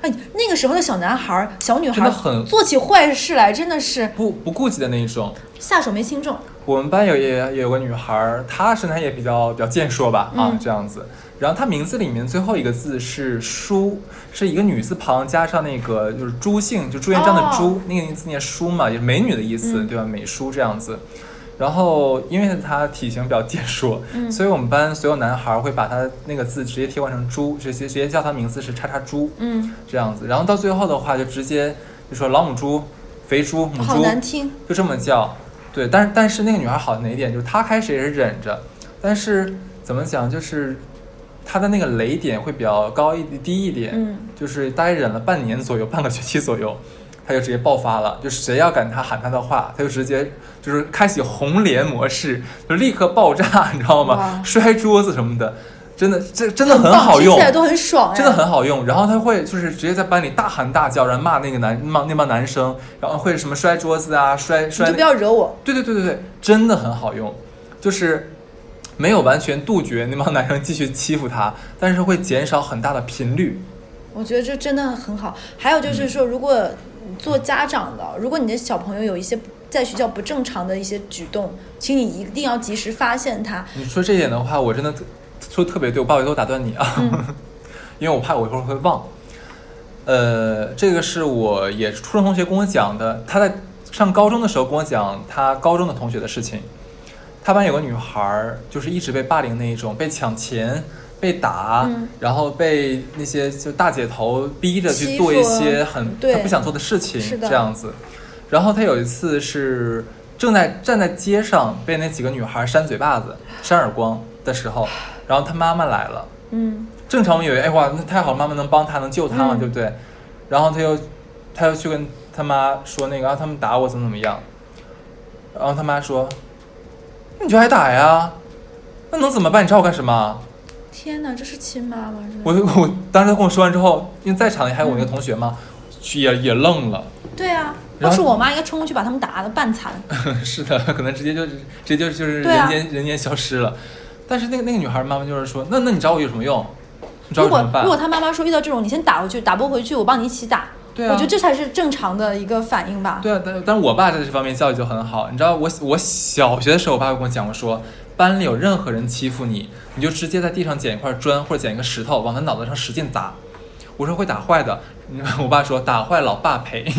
Speaker 1: 哎，那个时候的小男孩儿、小女孩
Speaker 2: 真
Speaker 1: 儿
Speaker 2: 的很
Speaker 1: 做起坏事来，真的是
Speaker 2: 不不顾及的那一种。
Speaker 1: 下手没轻重。
Speaker 2: 我们班有也也有个女孩儿，她身材也比较比较健硕吧，啊
Speaker 1: 嗯
Speaker 2: 这样子。然后她名字里面最后一个字是舒，是一个女字旁加上那个就是朱姓，就朱元璋的朱，那个字念舒嘛，也美女的意思，
Speaker 1: 哦嗯
Speaker 2: 对吧？美舒这样子。然后因为她体型比较健硕，
Speaker 1: 嗯
Speaker 2: 所以我们班所有男孩儿会把她那个字直接替换成朱，直接直接叫她名字是叉叉猪，
Speaker 1: 嗯，
Speaker 2: 这样子。然后到最后的话就直接就说老母猪、肥猪、母猪，
Speaker 1: 好难听。
Speaker 2: 嗯就这么叫。对，但是但是那个女孩好的哪一点，就是她开始也是忍着，但是怎么讲，就是她的那个雷点会比较高一低一点，
Speaker 1: 嗯
Speaker 2: 就是大概忍了半年左右，半个学期左右，她就直接爆发了，就谁要敢她喊她的话，她就直接就是开启红莲模式，就立刻爆炸，你知道吗
Speaker 1: 哇？
Speaker 2: 摔桌子什么的，真的这真的很
Speaker 1: 棒
Speaker 2: 好用，
Speaker 1: 听起来都很爽、哎，
Speaker 2: 真的很好用。然后他会就是直接在班里大喊大叫，然后骂那个男骂那帮男生，然后会什么摔桌子啊，摔
Speaker 1: 你
Speaker 2: 摔
Speaker 1: 就
Speaker 2: 那
Speaker 1: 不要惹我。
Speaker 2: 对对对对对，真的很好用，就是没有完全杜绝那帮男生继续欺负他，但是会减少很大的频率。
Speaker 1: 我觉得这真的很好。还有就是说，如果做家长的，如果你的小朋友有一些在学校不正常的一些举动，请你一定要及时发现他。
Speaker 2: 你说这一点的话，我真的特说特别对，我不好意思，我打断你啊，
Speaker 1: 嗯
Speaker 2: [laughs] 因为我怕我一会儿会忘。呃，这个是我也是初中同学跟我讲的，他在上高中的时候跟我讲他高中的同学的事情。他班有个女孩儿，就是一直被霸凌那一种，被抢钱，被打，
Speaker 1: 嗯
Speaker 2: 然后被那些就大姐头逼着去做一些很
Speaker 1: 啊对
Speaker 2: 她不想做的事情
Speaker 1: 是，的
Speaker 2: 这样子。然后她有一次是正在站在街上被那几个女孩扇嘴巴子、扇耳光的时候，然后她妈妈来了。
Speaker 1: 嗯
Speaker 2: 正常我们以为，哎哇，那太好了，妈妈能帮她，能救她嘛，
Speaker 1: 嗯
Speaker 2: 对不对？然后他又，他又去跟他妈说那个啊，他们打我怎么怎么样，然后他妈说，那你就挨打呀，那能怎么办？你找我干什么？
Speaker 1: 天哪，这是亲妈吗？
Speaker 2: 我我当时他跟我说完之后，因为在场的还有我那个同学嘛，
Speaker 1: 嗯
Speaker 2: 也也愣了。
Speaker 1: 对啊，
Speaker 2: 然
Speaker 1: 要
Speaker 2: 后
Speaker 1: 是我妈，应该冲过去把他们打的半
Speaker 2: [laughs]
Speaker 1: 残。
Speaker 2: 是的，可能直接就直接就就是
Speaker 1: 对
Speaker 2: 人
Speaker 1: 啊
Speaker 2: 间、人间消失了。但是那个那个女孩妈妈就是说，那那你找我有什么用？你找我
Speaker 1: 如
Speaker 2: 有什
Speaker 1: 果
Speaker 2: 么办？
Speaker 1: 如果他妈妈说遇到这种，你先打回去，打不回去我帮你一起打。
Speaker 2: 对啊
Speaker 1: 我觉得这才是正常的一个反应吧。
Speaker 2: 对啊，但但是我爸在这方面教育就很好。你知道我我小学的时候，我爸跟我讲过说，班里有任何人欺负你，你就直接在地上捡一块砖或者捡一个石头，往他脑袋上使劲砸。我说会打坏的， [laughs] 我爸说打坏老爸赔。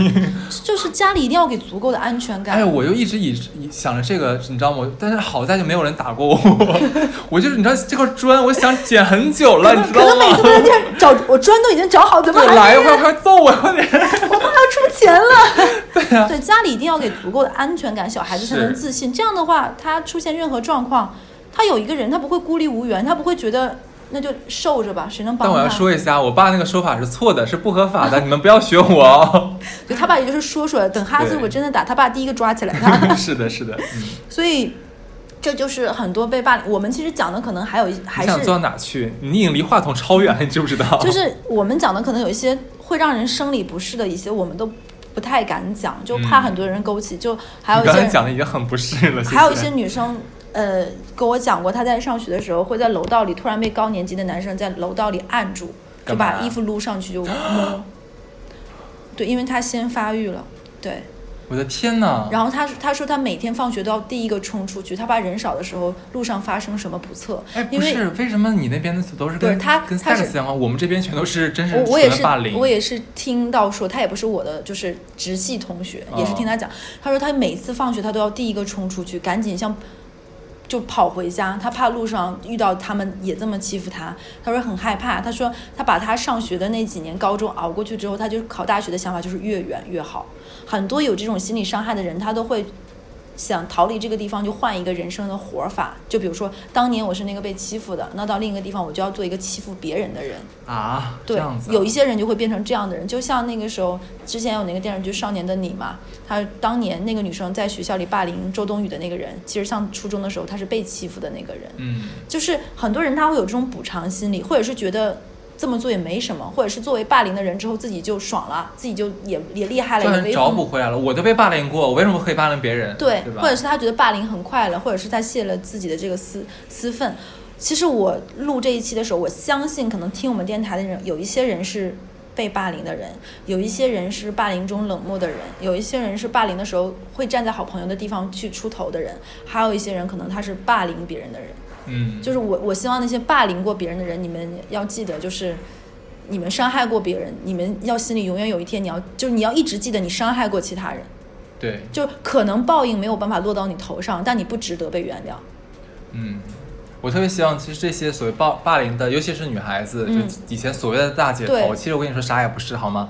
Speaker 1: 就是家里一定要给足够的安全感。
Speaker 2: 哎，我又一直以以想着这个，你知道吗？但是好在就没有人打过我， [laughs] 我就是你知道这块砖，我想捡很久了，你知
Speaker 1: 可
Speaker 2: 道
Speaker 1: 能每次
Speaker 2: 吗？
Speaker 1: 都在这儿找我砖都已经找好，怎么
Speaker 2: 对，
Speaker 1: 还
Speaker 2: 来，快快揍我，快点！
Speaker 1: 我爸要出钱了？
Speaker 2: [laughs] 对啊呀、
Speaker 1: 对，家里一定要给足够的安全感，小孩子才
Speaker 2: 是
Speaker 1: 能自信。这样的话，他出现任何状况，他有一个人，他不会孤立无援，他不会觉得那就受着吧，谁能帮
Speaker 2: 但
Speaker 1: 他？
Speaker 2: 我要啊说一下，我爸那个说法是错的，是不合法的，你们不要学我
Speaker 1: [laughs]
Speaker 2: 哦。 [laughs]
Speaker 1: 就他爸也就是说说，等哈子
Speaker 2: 对
Speaker 1: 如果真的打他爸，第一个抓起来他。
Speaker 2: 是的，是的，嗯。
Speaker 1: 所以这就是很多被霸凌。我们其实讲的可能还有一还
Speaker 2: 嗯你
Speaker 1: 是
Speaker 2: 想坐到哪去？你已经离话筒超远了，你知不知道？
Speaker 1: 就是我们讲的可能有一些会让人生理不适的一些，我们都不太敢讲，就怕
Speaker 2: 嗯
Speaker 1: 很多人勾起。就还有一
Speaker 2: 你刚
Speaker 1: 些
Speaker 2: 才
Speaker 1: 人
Speaker 2: 讲的已经很不适了。其
Speaker 1: 还有一
Speaker 2: 实
Speaker 1: 些女生，呃，跟我讲过，她在上学的时候会在楼道里突然被高年级的男生在楼道里按住，就
Speaker 2: 干嘛
Speaker 1: 把衣服撸上去
Speaker 2: [gasps]
Speaker 1: 就摸。对，因为她先发育了，对。
Speaker 2: 我的天哪！
Speaker 1: 然后她她说她每天放学都要第一个冲出去，她怕人少的时候路上发生什么不测
Speaker 2: 哎，，不
Speaker 1: 因为
Speaker 2: 是，为什么你那边的都是
Speaker 1: 不
Speaker 2: 跟
Speaker 1: 是他
Speaker 2: 跟
Speaker 1: 他是
Speaker 2: sex 相关？我们这边全都是真是
Speaker 1: 我我也
Speaker 2: 纯
Speaker 1: 是
Speaker 2: 霸凌。
Speaker 1: 我也是听到说，他也不是我的就是直系同学，也
Speaker 2: 哦
Speaker 1: 是听他讲，他说他每次放学他都要第一个冲出去，赶紧像。就跑回家，他怕路上遇到他们也这么欺负他，他说很害怕。他说他把他上学的那几年高中熬过去之后，他就考大学的想法就是越远越好。很多有这种心理伤害的人，他都会想逃离这个地方，就换一个人生的活法。就比如说，当年我是那个被欺负的，那到另一个地方我就要做一个欺负别人的人。
Speaker 2: 啊，这
Speaker 1: 对
Speaker 2: 样，子啊
Speaker 1: 有一些人就会变成这样的人，就像那个时候之前有那个电视剧《少年的你》嘛，他当年那个女生在学校里霸凌周冬雨的那个人，其实上初中的时候她是被欺负的那个人，
Speaker 2: 嗯，
Speaker 1: 就是很多人他会有这种补偿心理，或者是觉得。这么做也没什么，或者是作为霸凌的人之后自己就爽了，自己就也也厉害了，
Speaker 2: 这
Speaker 1: 也
Speaker 2: 人
Speaker 1: 威
Speaker 2: 找
Speaker 1: 风
Speaker 2: 补回来了。我都被霸凌过，我为什么可以霸凌别人？
Speaker 1: 对，
Speaker 2: 对吧
Speaker 1: 或？者是他觉得霸凌很快乐，或者是他泄了自己的这个私私愤。其实我录这一期的时候，我相信可能听我们电台的人，有一些人是被霸凌的人，有一些人是霸凌中冷漠的人，有一些人是霸凌的时候会站在好朋友的地方去出头的人，还有一些人可能他是霸凌别人的人。
Speaker 2: 嗯，
Speaker 1: 就是我，我希望那些霸凌过别人的人，你们要记得，就是你们伤害过别人，你们要心里永远有一天，你要就是你要一直记得你伤害过其他人。
Speaker 2: 对，
Speaker 1: 就可能报应没有办法落到你头上，但你不值得被原谅。
Speaker 2: 嗯。我特别希望，其实这些所谓霸霸凌的，尤其是女孩子，
Speaker 1: 嗯
Speaker 2: 就以前所谓的大姐头，
Speaker 1: 对
Speaker 2: 其实我跟你说啥也不是，好吗？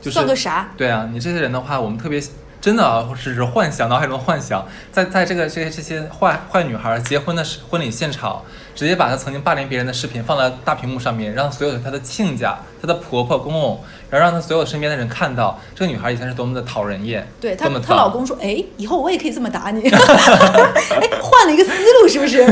Speaker 2: 就是
Speaker 1: 算个啥？
Speaker 2: 对啊，你这些人的话，我们特别真的啊，只是幻想，脑海中的幻想，在在这个这些这些坏坏女孩结婚的时婚礼现场，直接把她曾经霸凌别人的视频放在大屏幕上面，让所有的她的亲家、她的婆婆、公公，然后让她所有身边的人看到，这个女孩以前是多么的讨人厌，
Speaker 1: 对她
Speaker 2: 多么，
Speaker 1: 她
Speaker 2: 脏
Speaker 1: 老公说：“哎，以后我也可以这么打你。”哎，换了一个思路是不
Speaker 2: [laughs]
Speaker 1: 是？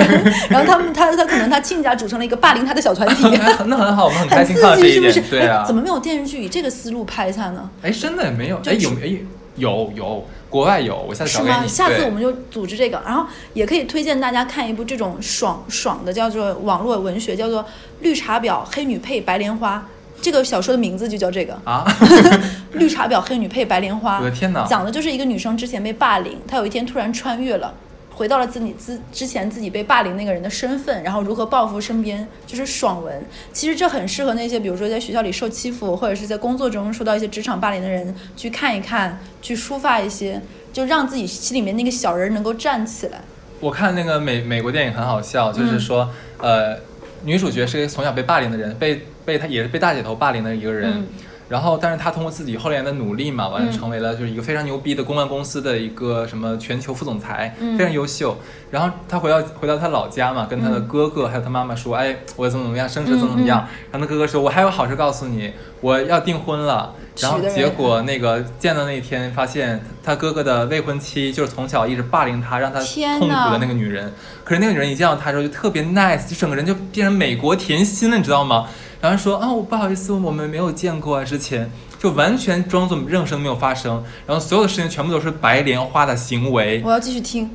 Speaker 1: 然后他们，他他可能他亲家组成了一个霸凌他的小团
Speaker 2: [laughs]
Speaker 1: 体，
Speaker 2: 那那很好，我们很开
Speaker 1: 很
Speaker 2: 心看到
Speaker 1: 刺
Speaker 2: 这
Speaker 1: 激是
Speaker 2: 一
Speaker 1: 不
Speaker 2: 点，
Speaker 1: 是？
Speaker 2: 对啊
Speaker 1: 哎，怎么没有电视剧以这个思路拍下呢？
Speaker 2: 哎，真的没有，
Speaker 1: 就
Speaker 2: 哎有哎有有国外有，我下次
Speaker 1: 是
Speaker 2: 找给
Speaker 1: 吗？
Speaker 2: 你，
Speaker 1: 下次
Speaker 2: 对
Speaker 1: 我们就组织这个，然后也可以推荐大家看一部这种爽爽的，叫做网络文学，叫做《绿茶婊黑女配白莲花》。这个小说的名字就叫这个，
Speaker 2: 啊，
Speaker 1: [laughs] 绿茶婊黑女配白莲花。
Speaker 2: 我的天哪
Speaker 1: 讲的就是一个女生之前被霸凌，她有一天突然穿越了，回到了自己之之前自己被霸凌那个人的身份，然后如何报复身边就是爽文。其实这很适合那些比如说在学校里受欺负，或者是在工作中受到一些职场霸凌的人去看一看，去抒发一些，就让自己心里面那个小人能够站起来。嗯
Speaker 2: 我看那个美美国电影很好笑，就是说，呃，女主角是个从小被霸凌的人，被被她也是被大姐头霸凌的一个人。
Speaker 1: 嗯
Speaker 2: 然后，但是她通过自己后来的努力嘛，完
Speaker 1: 嗯
Speaker 2: 了成为了就是一个非常牛逼的公关公司的一个什么全球副总裁，
Speaker 1: 嗯
Speaker 2: 非常优秀。然后她回到回到她老家嘛，跟她的
Speaker 1: 嗯
Speaker 2: 哥哥还有她妈妈说：“哎，我怎么怎么样，升职怎么怎么样。然后她哥哥说：“我还有好事告诉你，我要订婚了。”然后
Speaker 1: 娶的人
Speaker 2: 结果那个见到那一天，发现她哥哥的未婚妻就是从小一直霸凌她，让她
Speaker 1: 天
Speaker 2: 痛苦
Speaker 1: 呐
Speaker 2: 的那个女人。可是那个女人一见到他的时候就特别 nice，就整个人就变成美国甜心了，你知道吗？然后说啊，我不好意思，我们没有见过啊，之前就完全装作任何事都没有发生，然后所有的事情全部都是白莲花的行为，
Speaker 1: 我要继续听。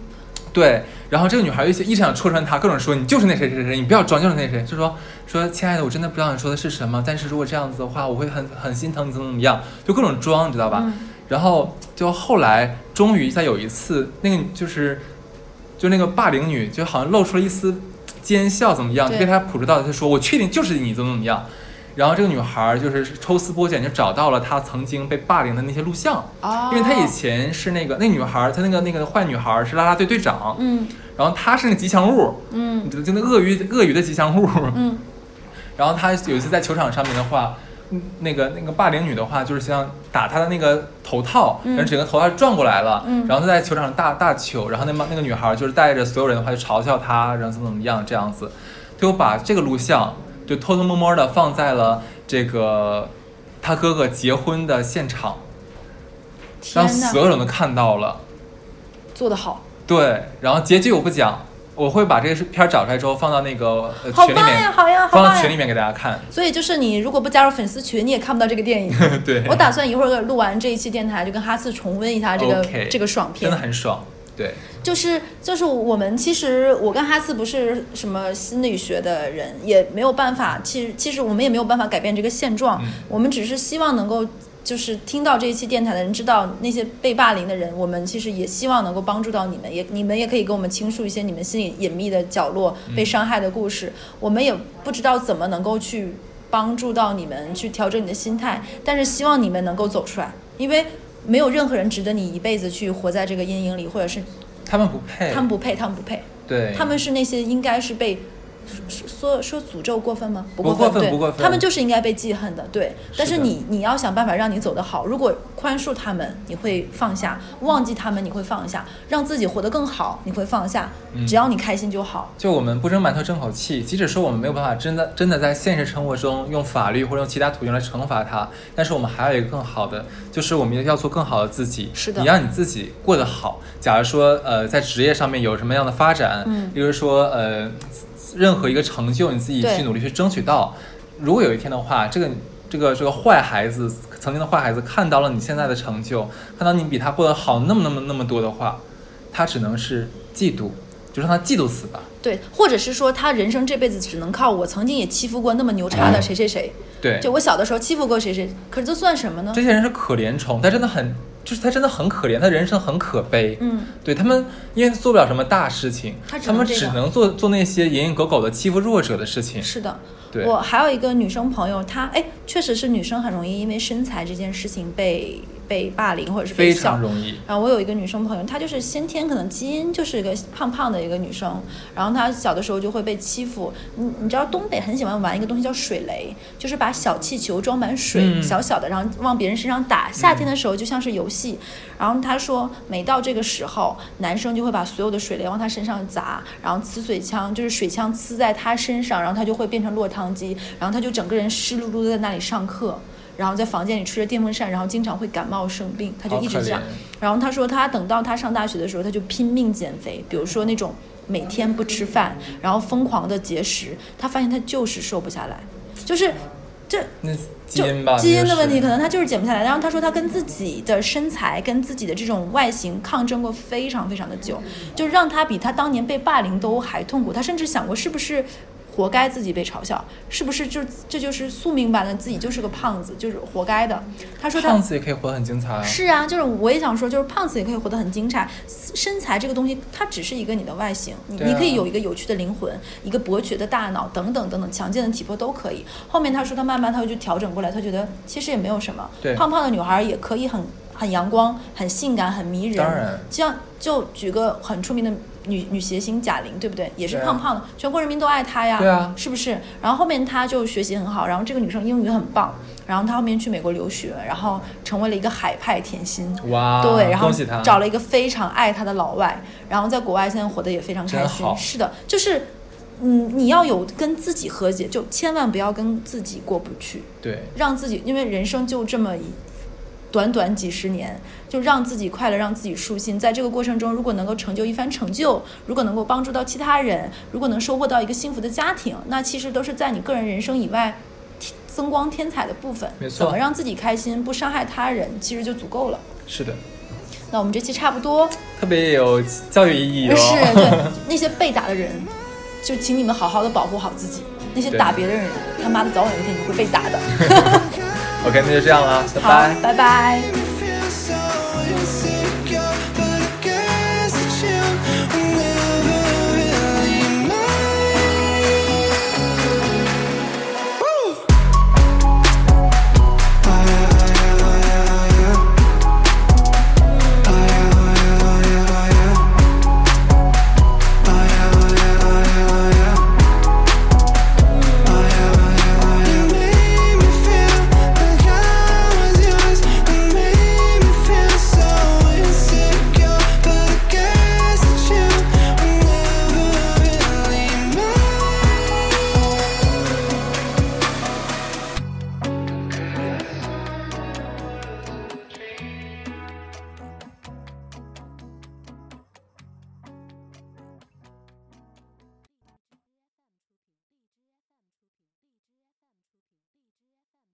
Speaker 2: 对。然后这个女孩一直一直想戳穿他，各种说你就是那谁谁谁，你不要装，就是那谁，就说说亲爱的，我真的不知道你说的是什么，但是如果这样子的话，我会很很心疼你怎么怎么样，就各种装，你知道吧？
Speaker 1: 嗯
Speaker 2: 然后就后来终于在有一次，那个就是就那个霸凌女，就好像露出了一丝奸笑，怎么样？就
Speaker 1: 对
Speaker 2: 被她捕捉到，她说：“我确定就是你，怎么怎么样。”然后这个女孩儿就是抽丝剥茧，就找到了她曾经被霸凌的那些录像，
Speaker 1: 哦，
Speaker 2: 因为她以前是那个那女孩儿，她那个那个坏女孩儿是啦啦队队长，
Speaker 1: 嗯
Speaker 2: 然后她是那个吉祥物，
Speaker 1: 嗯
Speaker 2: 就就那鳄鱼鳄鱼的吉祥物，
Speaker 1: 嗯
Speaker 2: [laughs] 然后他有一次在球场上面的话，嗯那个那个霸凌女的话，就是像打她的那个头套，
Speaker 1: 嗯
Speaker 2: 然后整个头套撞过来了，
Speaker 1: 嗯
Speaker 2: 然后他在球场上大大球，然后那帮那个女孩就是带着所有人的话就嘲笑她，然后怎么怎么样这样子，就把这个录像就偷偷摸摸的放在了这个他哥哥结婚的现场，
Speaker 1: 天
Speaker 2: 让
Speaker 1: 呐，
Speaker 2: 所有人都看到了。
Speaker 1: 做得好，
Speaker 2: 对，然后结局我不讲，我会把这个片儿找出来之后放到那个呃
Speaker 1: 好
Speaker 2: 群里
Speaker 1: 棒呀，
Speaker 2: 面，
Speaker 1: 好呀，好
Speaker 2: 放到
Speaker 1: 棒
Speaker 2: 群里
Speaker 1: 呀！
Speaker 2: 面给大家看。
Speaker 1: 所以就是你如果不加入粉丝群，你也看不到这个电影。
Speaker 2: 对，
Speaker 1: 我打算一会儿录完这一期电台，就跟哈次重温一下这个
Speaker 2: OK，
Speaker 1: 这个爽片
Speaker 2: 真的。很爽。对，
Speaker 1: 就是就是我们其实我跟哈斯不是什么心理学的人，也没有办法，其实其实我们也没有办法改变这个现状，
Speaker 2: 嗯
Speaker 1: 我们只是希望能够。就是听到这一期电台的人知道那些被霸凌的人，我们其实也希望能够帮助到你们，也你们也可以给我们倾诉一些你们心里隐秘的角落被伤害的故事，我们也不知道怎么能够去帮助到你们去调整你的心态，但是希望你们能够走出来，因为没有任何人值得你一辈子去活在这个阴影里，或者是
Speaker 2: 他们不配，
Speaker 1: 他们不配，他们不配，
Speaker 2: 对，
Speaker 1: 他们是那些应该是被说说诅咒过分吗？不
Speaker 2: 不
Speaker 1: 过
Speaker 2: 过分
Speaker 1: 对，
Speaker 2: 不过分
Speaker 1: 他们就是应该被记恨的，对。但是
Speaker 2: 的
Speaker 1: 你你要想办法让你走得好，如果宽恕他们，你会放下；忘记他们，你会放下；让自己活得更好，你会放下。
Speaker 2: 嗯
Speaker 1: 只要你开心就好。
Speaker 2: 就我们不争馒头争口气，即使说我们没有办法真的真的在现实生活中用法律或者用其他途径来惩罚他，但是我们还有一个更好的，就是我们要做更好的自己。
Speaker 1: 是的
Speaker 2: 你让你自己过得好。假如说呃在职业上面有什么样的发展，
Speaker 1: 嗯
Speaker 2: 例如说呃任何一个成就，你自己
Speaker 1: 对
Speaker 2: 去努力去争取到。如果有一天的话，这个。这个这个坏孩子，曾经的坏孩子，看到了你现在的成就，看到你比他过得好那么那么那么多的话，他只能是嫉妒，就让他嫉妒死吧。
Speaker 1: 对，或者是说他人生这辈子只能靠我曾经也欺负过那么牛叉的谁谁谁，
Speaker 2: 嗯对，
Speaker 1: 就我小的时候欺负过谁谁，可是这算什么呢
Speaker 2: 这？些人是可怜虫，他真的很，就是他真的很可怜，他人生很可悲。
Speaker 1: 嗯，
Speaker 2: 对他们，因为做不了什么大事情，
Speaker 1: 他只
Speaker 2: 他
Speaker 1: 能
Speaker 2: 们
Speaker 1: 这
Speaker 2: 只
Speaker 1: 样
Speaker 2: 能做做那些蝇营狗苟的欺负弱者的事情。
Speaker 1: 是的，
Speaker 2: 对，
Speaker 1: 我还有一个女生朋友，她哎，确实是女生很容易因为身材这件事情被被霸凌或者是被
Speaker 2: 非
Speaker 1: 笑。
Speaker 2: 常容易。
Speaker 1: 然后我有一个女生朋友，她就是先天可能基因就是一个胖胖的一个女生，然后她小的时候就会被欺负。你你知道东北很喜欢玩一个东西叫水雷，就是把小气球装满水，
Speaker 2: 嗯
Speaker 1: 小小的，然后往别人身上打。夏天的时候就像是游戏。然后她说，每到这个时候，男生就会把所有的水雷往她身上砸，然后呲水枪，就是水枪呲在她身上，然后她就会变成落汤鸡，然后她就整个人湿漉漉的在那里上课。然后在房间里吹着电风扇，然后经常会感冒生病，她就
Speaker 2: 好
Speaker 1: 一直
Speaker 2: 可
Speaker 1: 这样
Speaker 2: 怜。
Speaker 1: 然后他说他等到他上大学的时候，他就拼命减肥，比如说那种每天不吃饭，然后疯狂的节食，他发现他就是瘦不下来，就是这。
Speaker 2: 那基
Speaker 1: 就
Speaker 2: 因吧，
Speaker 1: 基因
Speaker 2: 这
Speaker 1: 的
Speaker 2: 个
Speaker 1: 问题，
Speaker 2: 是
Speaker 1: 可能他就是减不下来。然后他说他跟自己的身材、跟自己的这种外形抗争过非常非常的久，就让他比他当年被霸凌都还痛苦。他甚至想过是不是活该自己被嘲笑，是不是就这就是宿命般的自己就是个胖子，就是活该的。他说他
Speaker 2: 胖子也可以活得很精彩啊。
Speaker 1: 是啊，就是我也想说，就是胖子也可以活得很精彩。身材这个东西，它只是一个你的外形，你、
Speaker 2: 对啊
Speaker 1: 你可以有一个有趣的灵魂，一个博学的大脑，等等等等，强健的体魄都可以。后面他说他慢慢他就调整过来，他觉得其实也没有什么
Speaker 2: 对，
Speaker 1: 胖胖的女孩也可以很很阳光、很性感、很迷人。
Speaker 2: 当然
Speaker 1: 就像就举个很出名的女女谐星贾玲，对不对？也是
Speaker 2: 对啊
Speaker 1: 胖胖的，全国人民都爱她呀，
Speaker 2: 对啊
Speaker 1: 是不是？然后后面她就学习很好，然后这个女生英语很棒，然后她后面去美国留学，然后成为了一个海派甜心。
Speaker 2: 哇，
Speaker 1: 对，然后
Speaker 2: 啊恭喜他
Speaker 1: 找了一个非常爱他的老外，然后在国外现在活得也非常开
Speaker 2: 真
Speaker 1: 心
Speaker 2: 好。
Speaker 1: 是的，就是，嗯，你要有跟自己和解，就千万不要跟自己过不去，
Speaker 2: 对，
Speaker 1: 让自己，因为人生就这么一短短几十年，就让自己快乐，让自己舒心。在这个过程中，如果能够成就一番成就，如果能够帮助到其他人，如果能收获到一个幸福的家庭，那其实都是在你个人人生以外。添增光添彩的部分，
Speaker 2: 没错
Speaker 1: 怎么让自己开心，不伤害他人，其实就足够了。
Speaker 2: 是的，
Speaker 1: 那我们这期差不多，
Speaker 2: 特别有教育意义
Speaker 1: 是
Speaker 2: [laughs] 哦。
Speaker 1: 对那些被打的人，就请你们好好的保护好自己。那些
Speaker 2: 对
Speaker 1: 打别人的人，他妈的早晚有一天你会被打的。
Speaker 2: OK，那就这样了，拜
Speaker 1: 好
Speaker 2: 拜。，
Speaker 1: 拜拜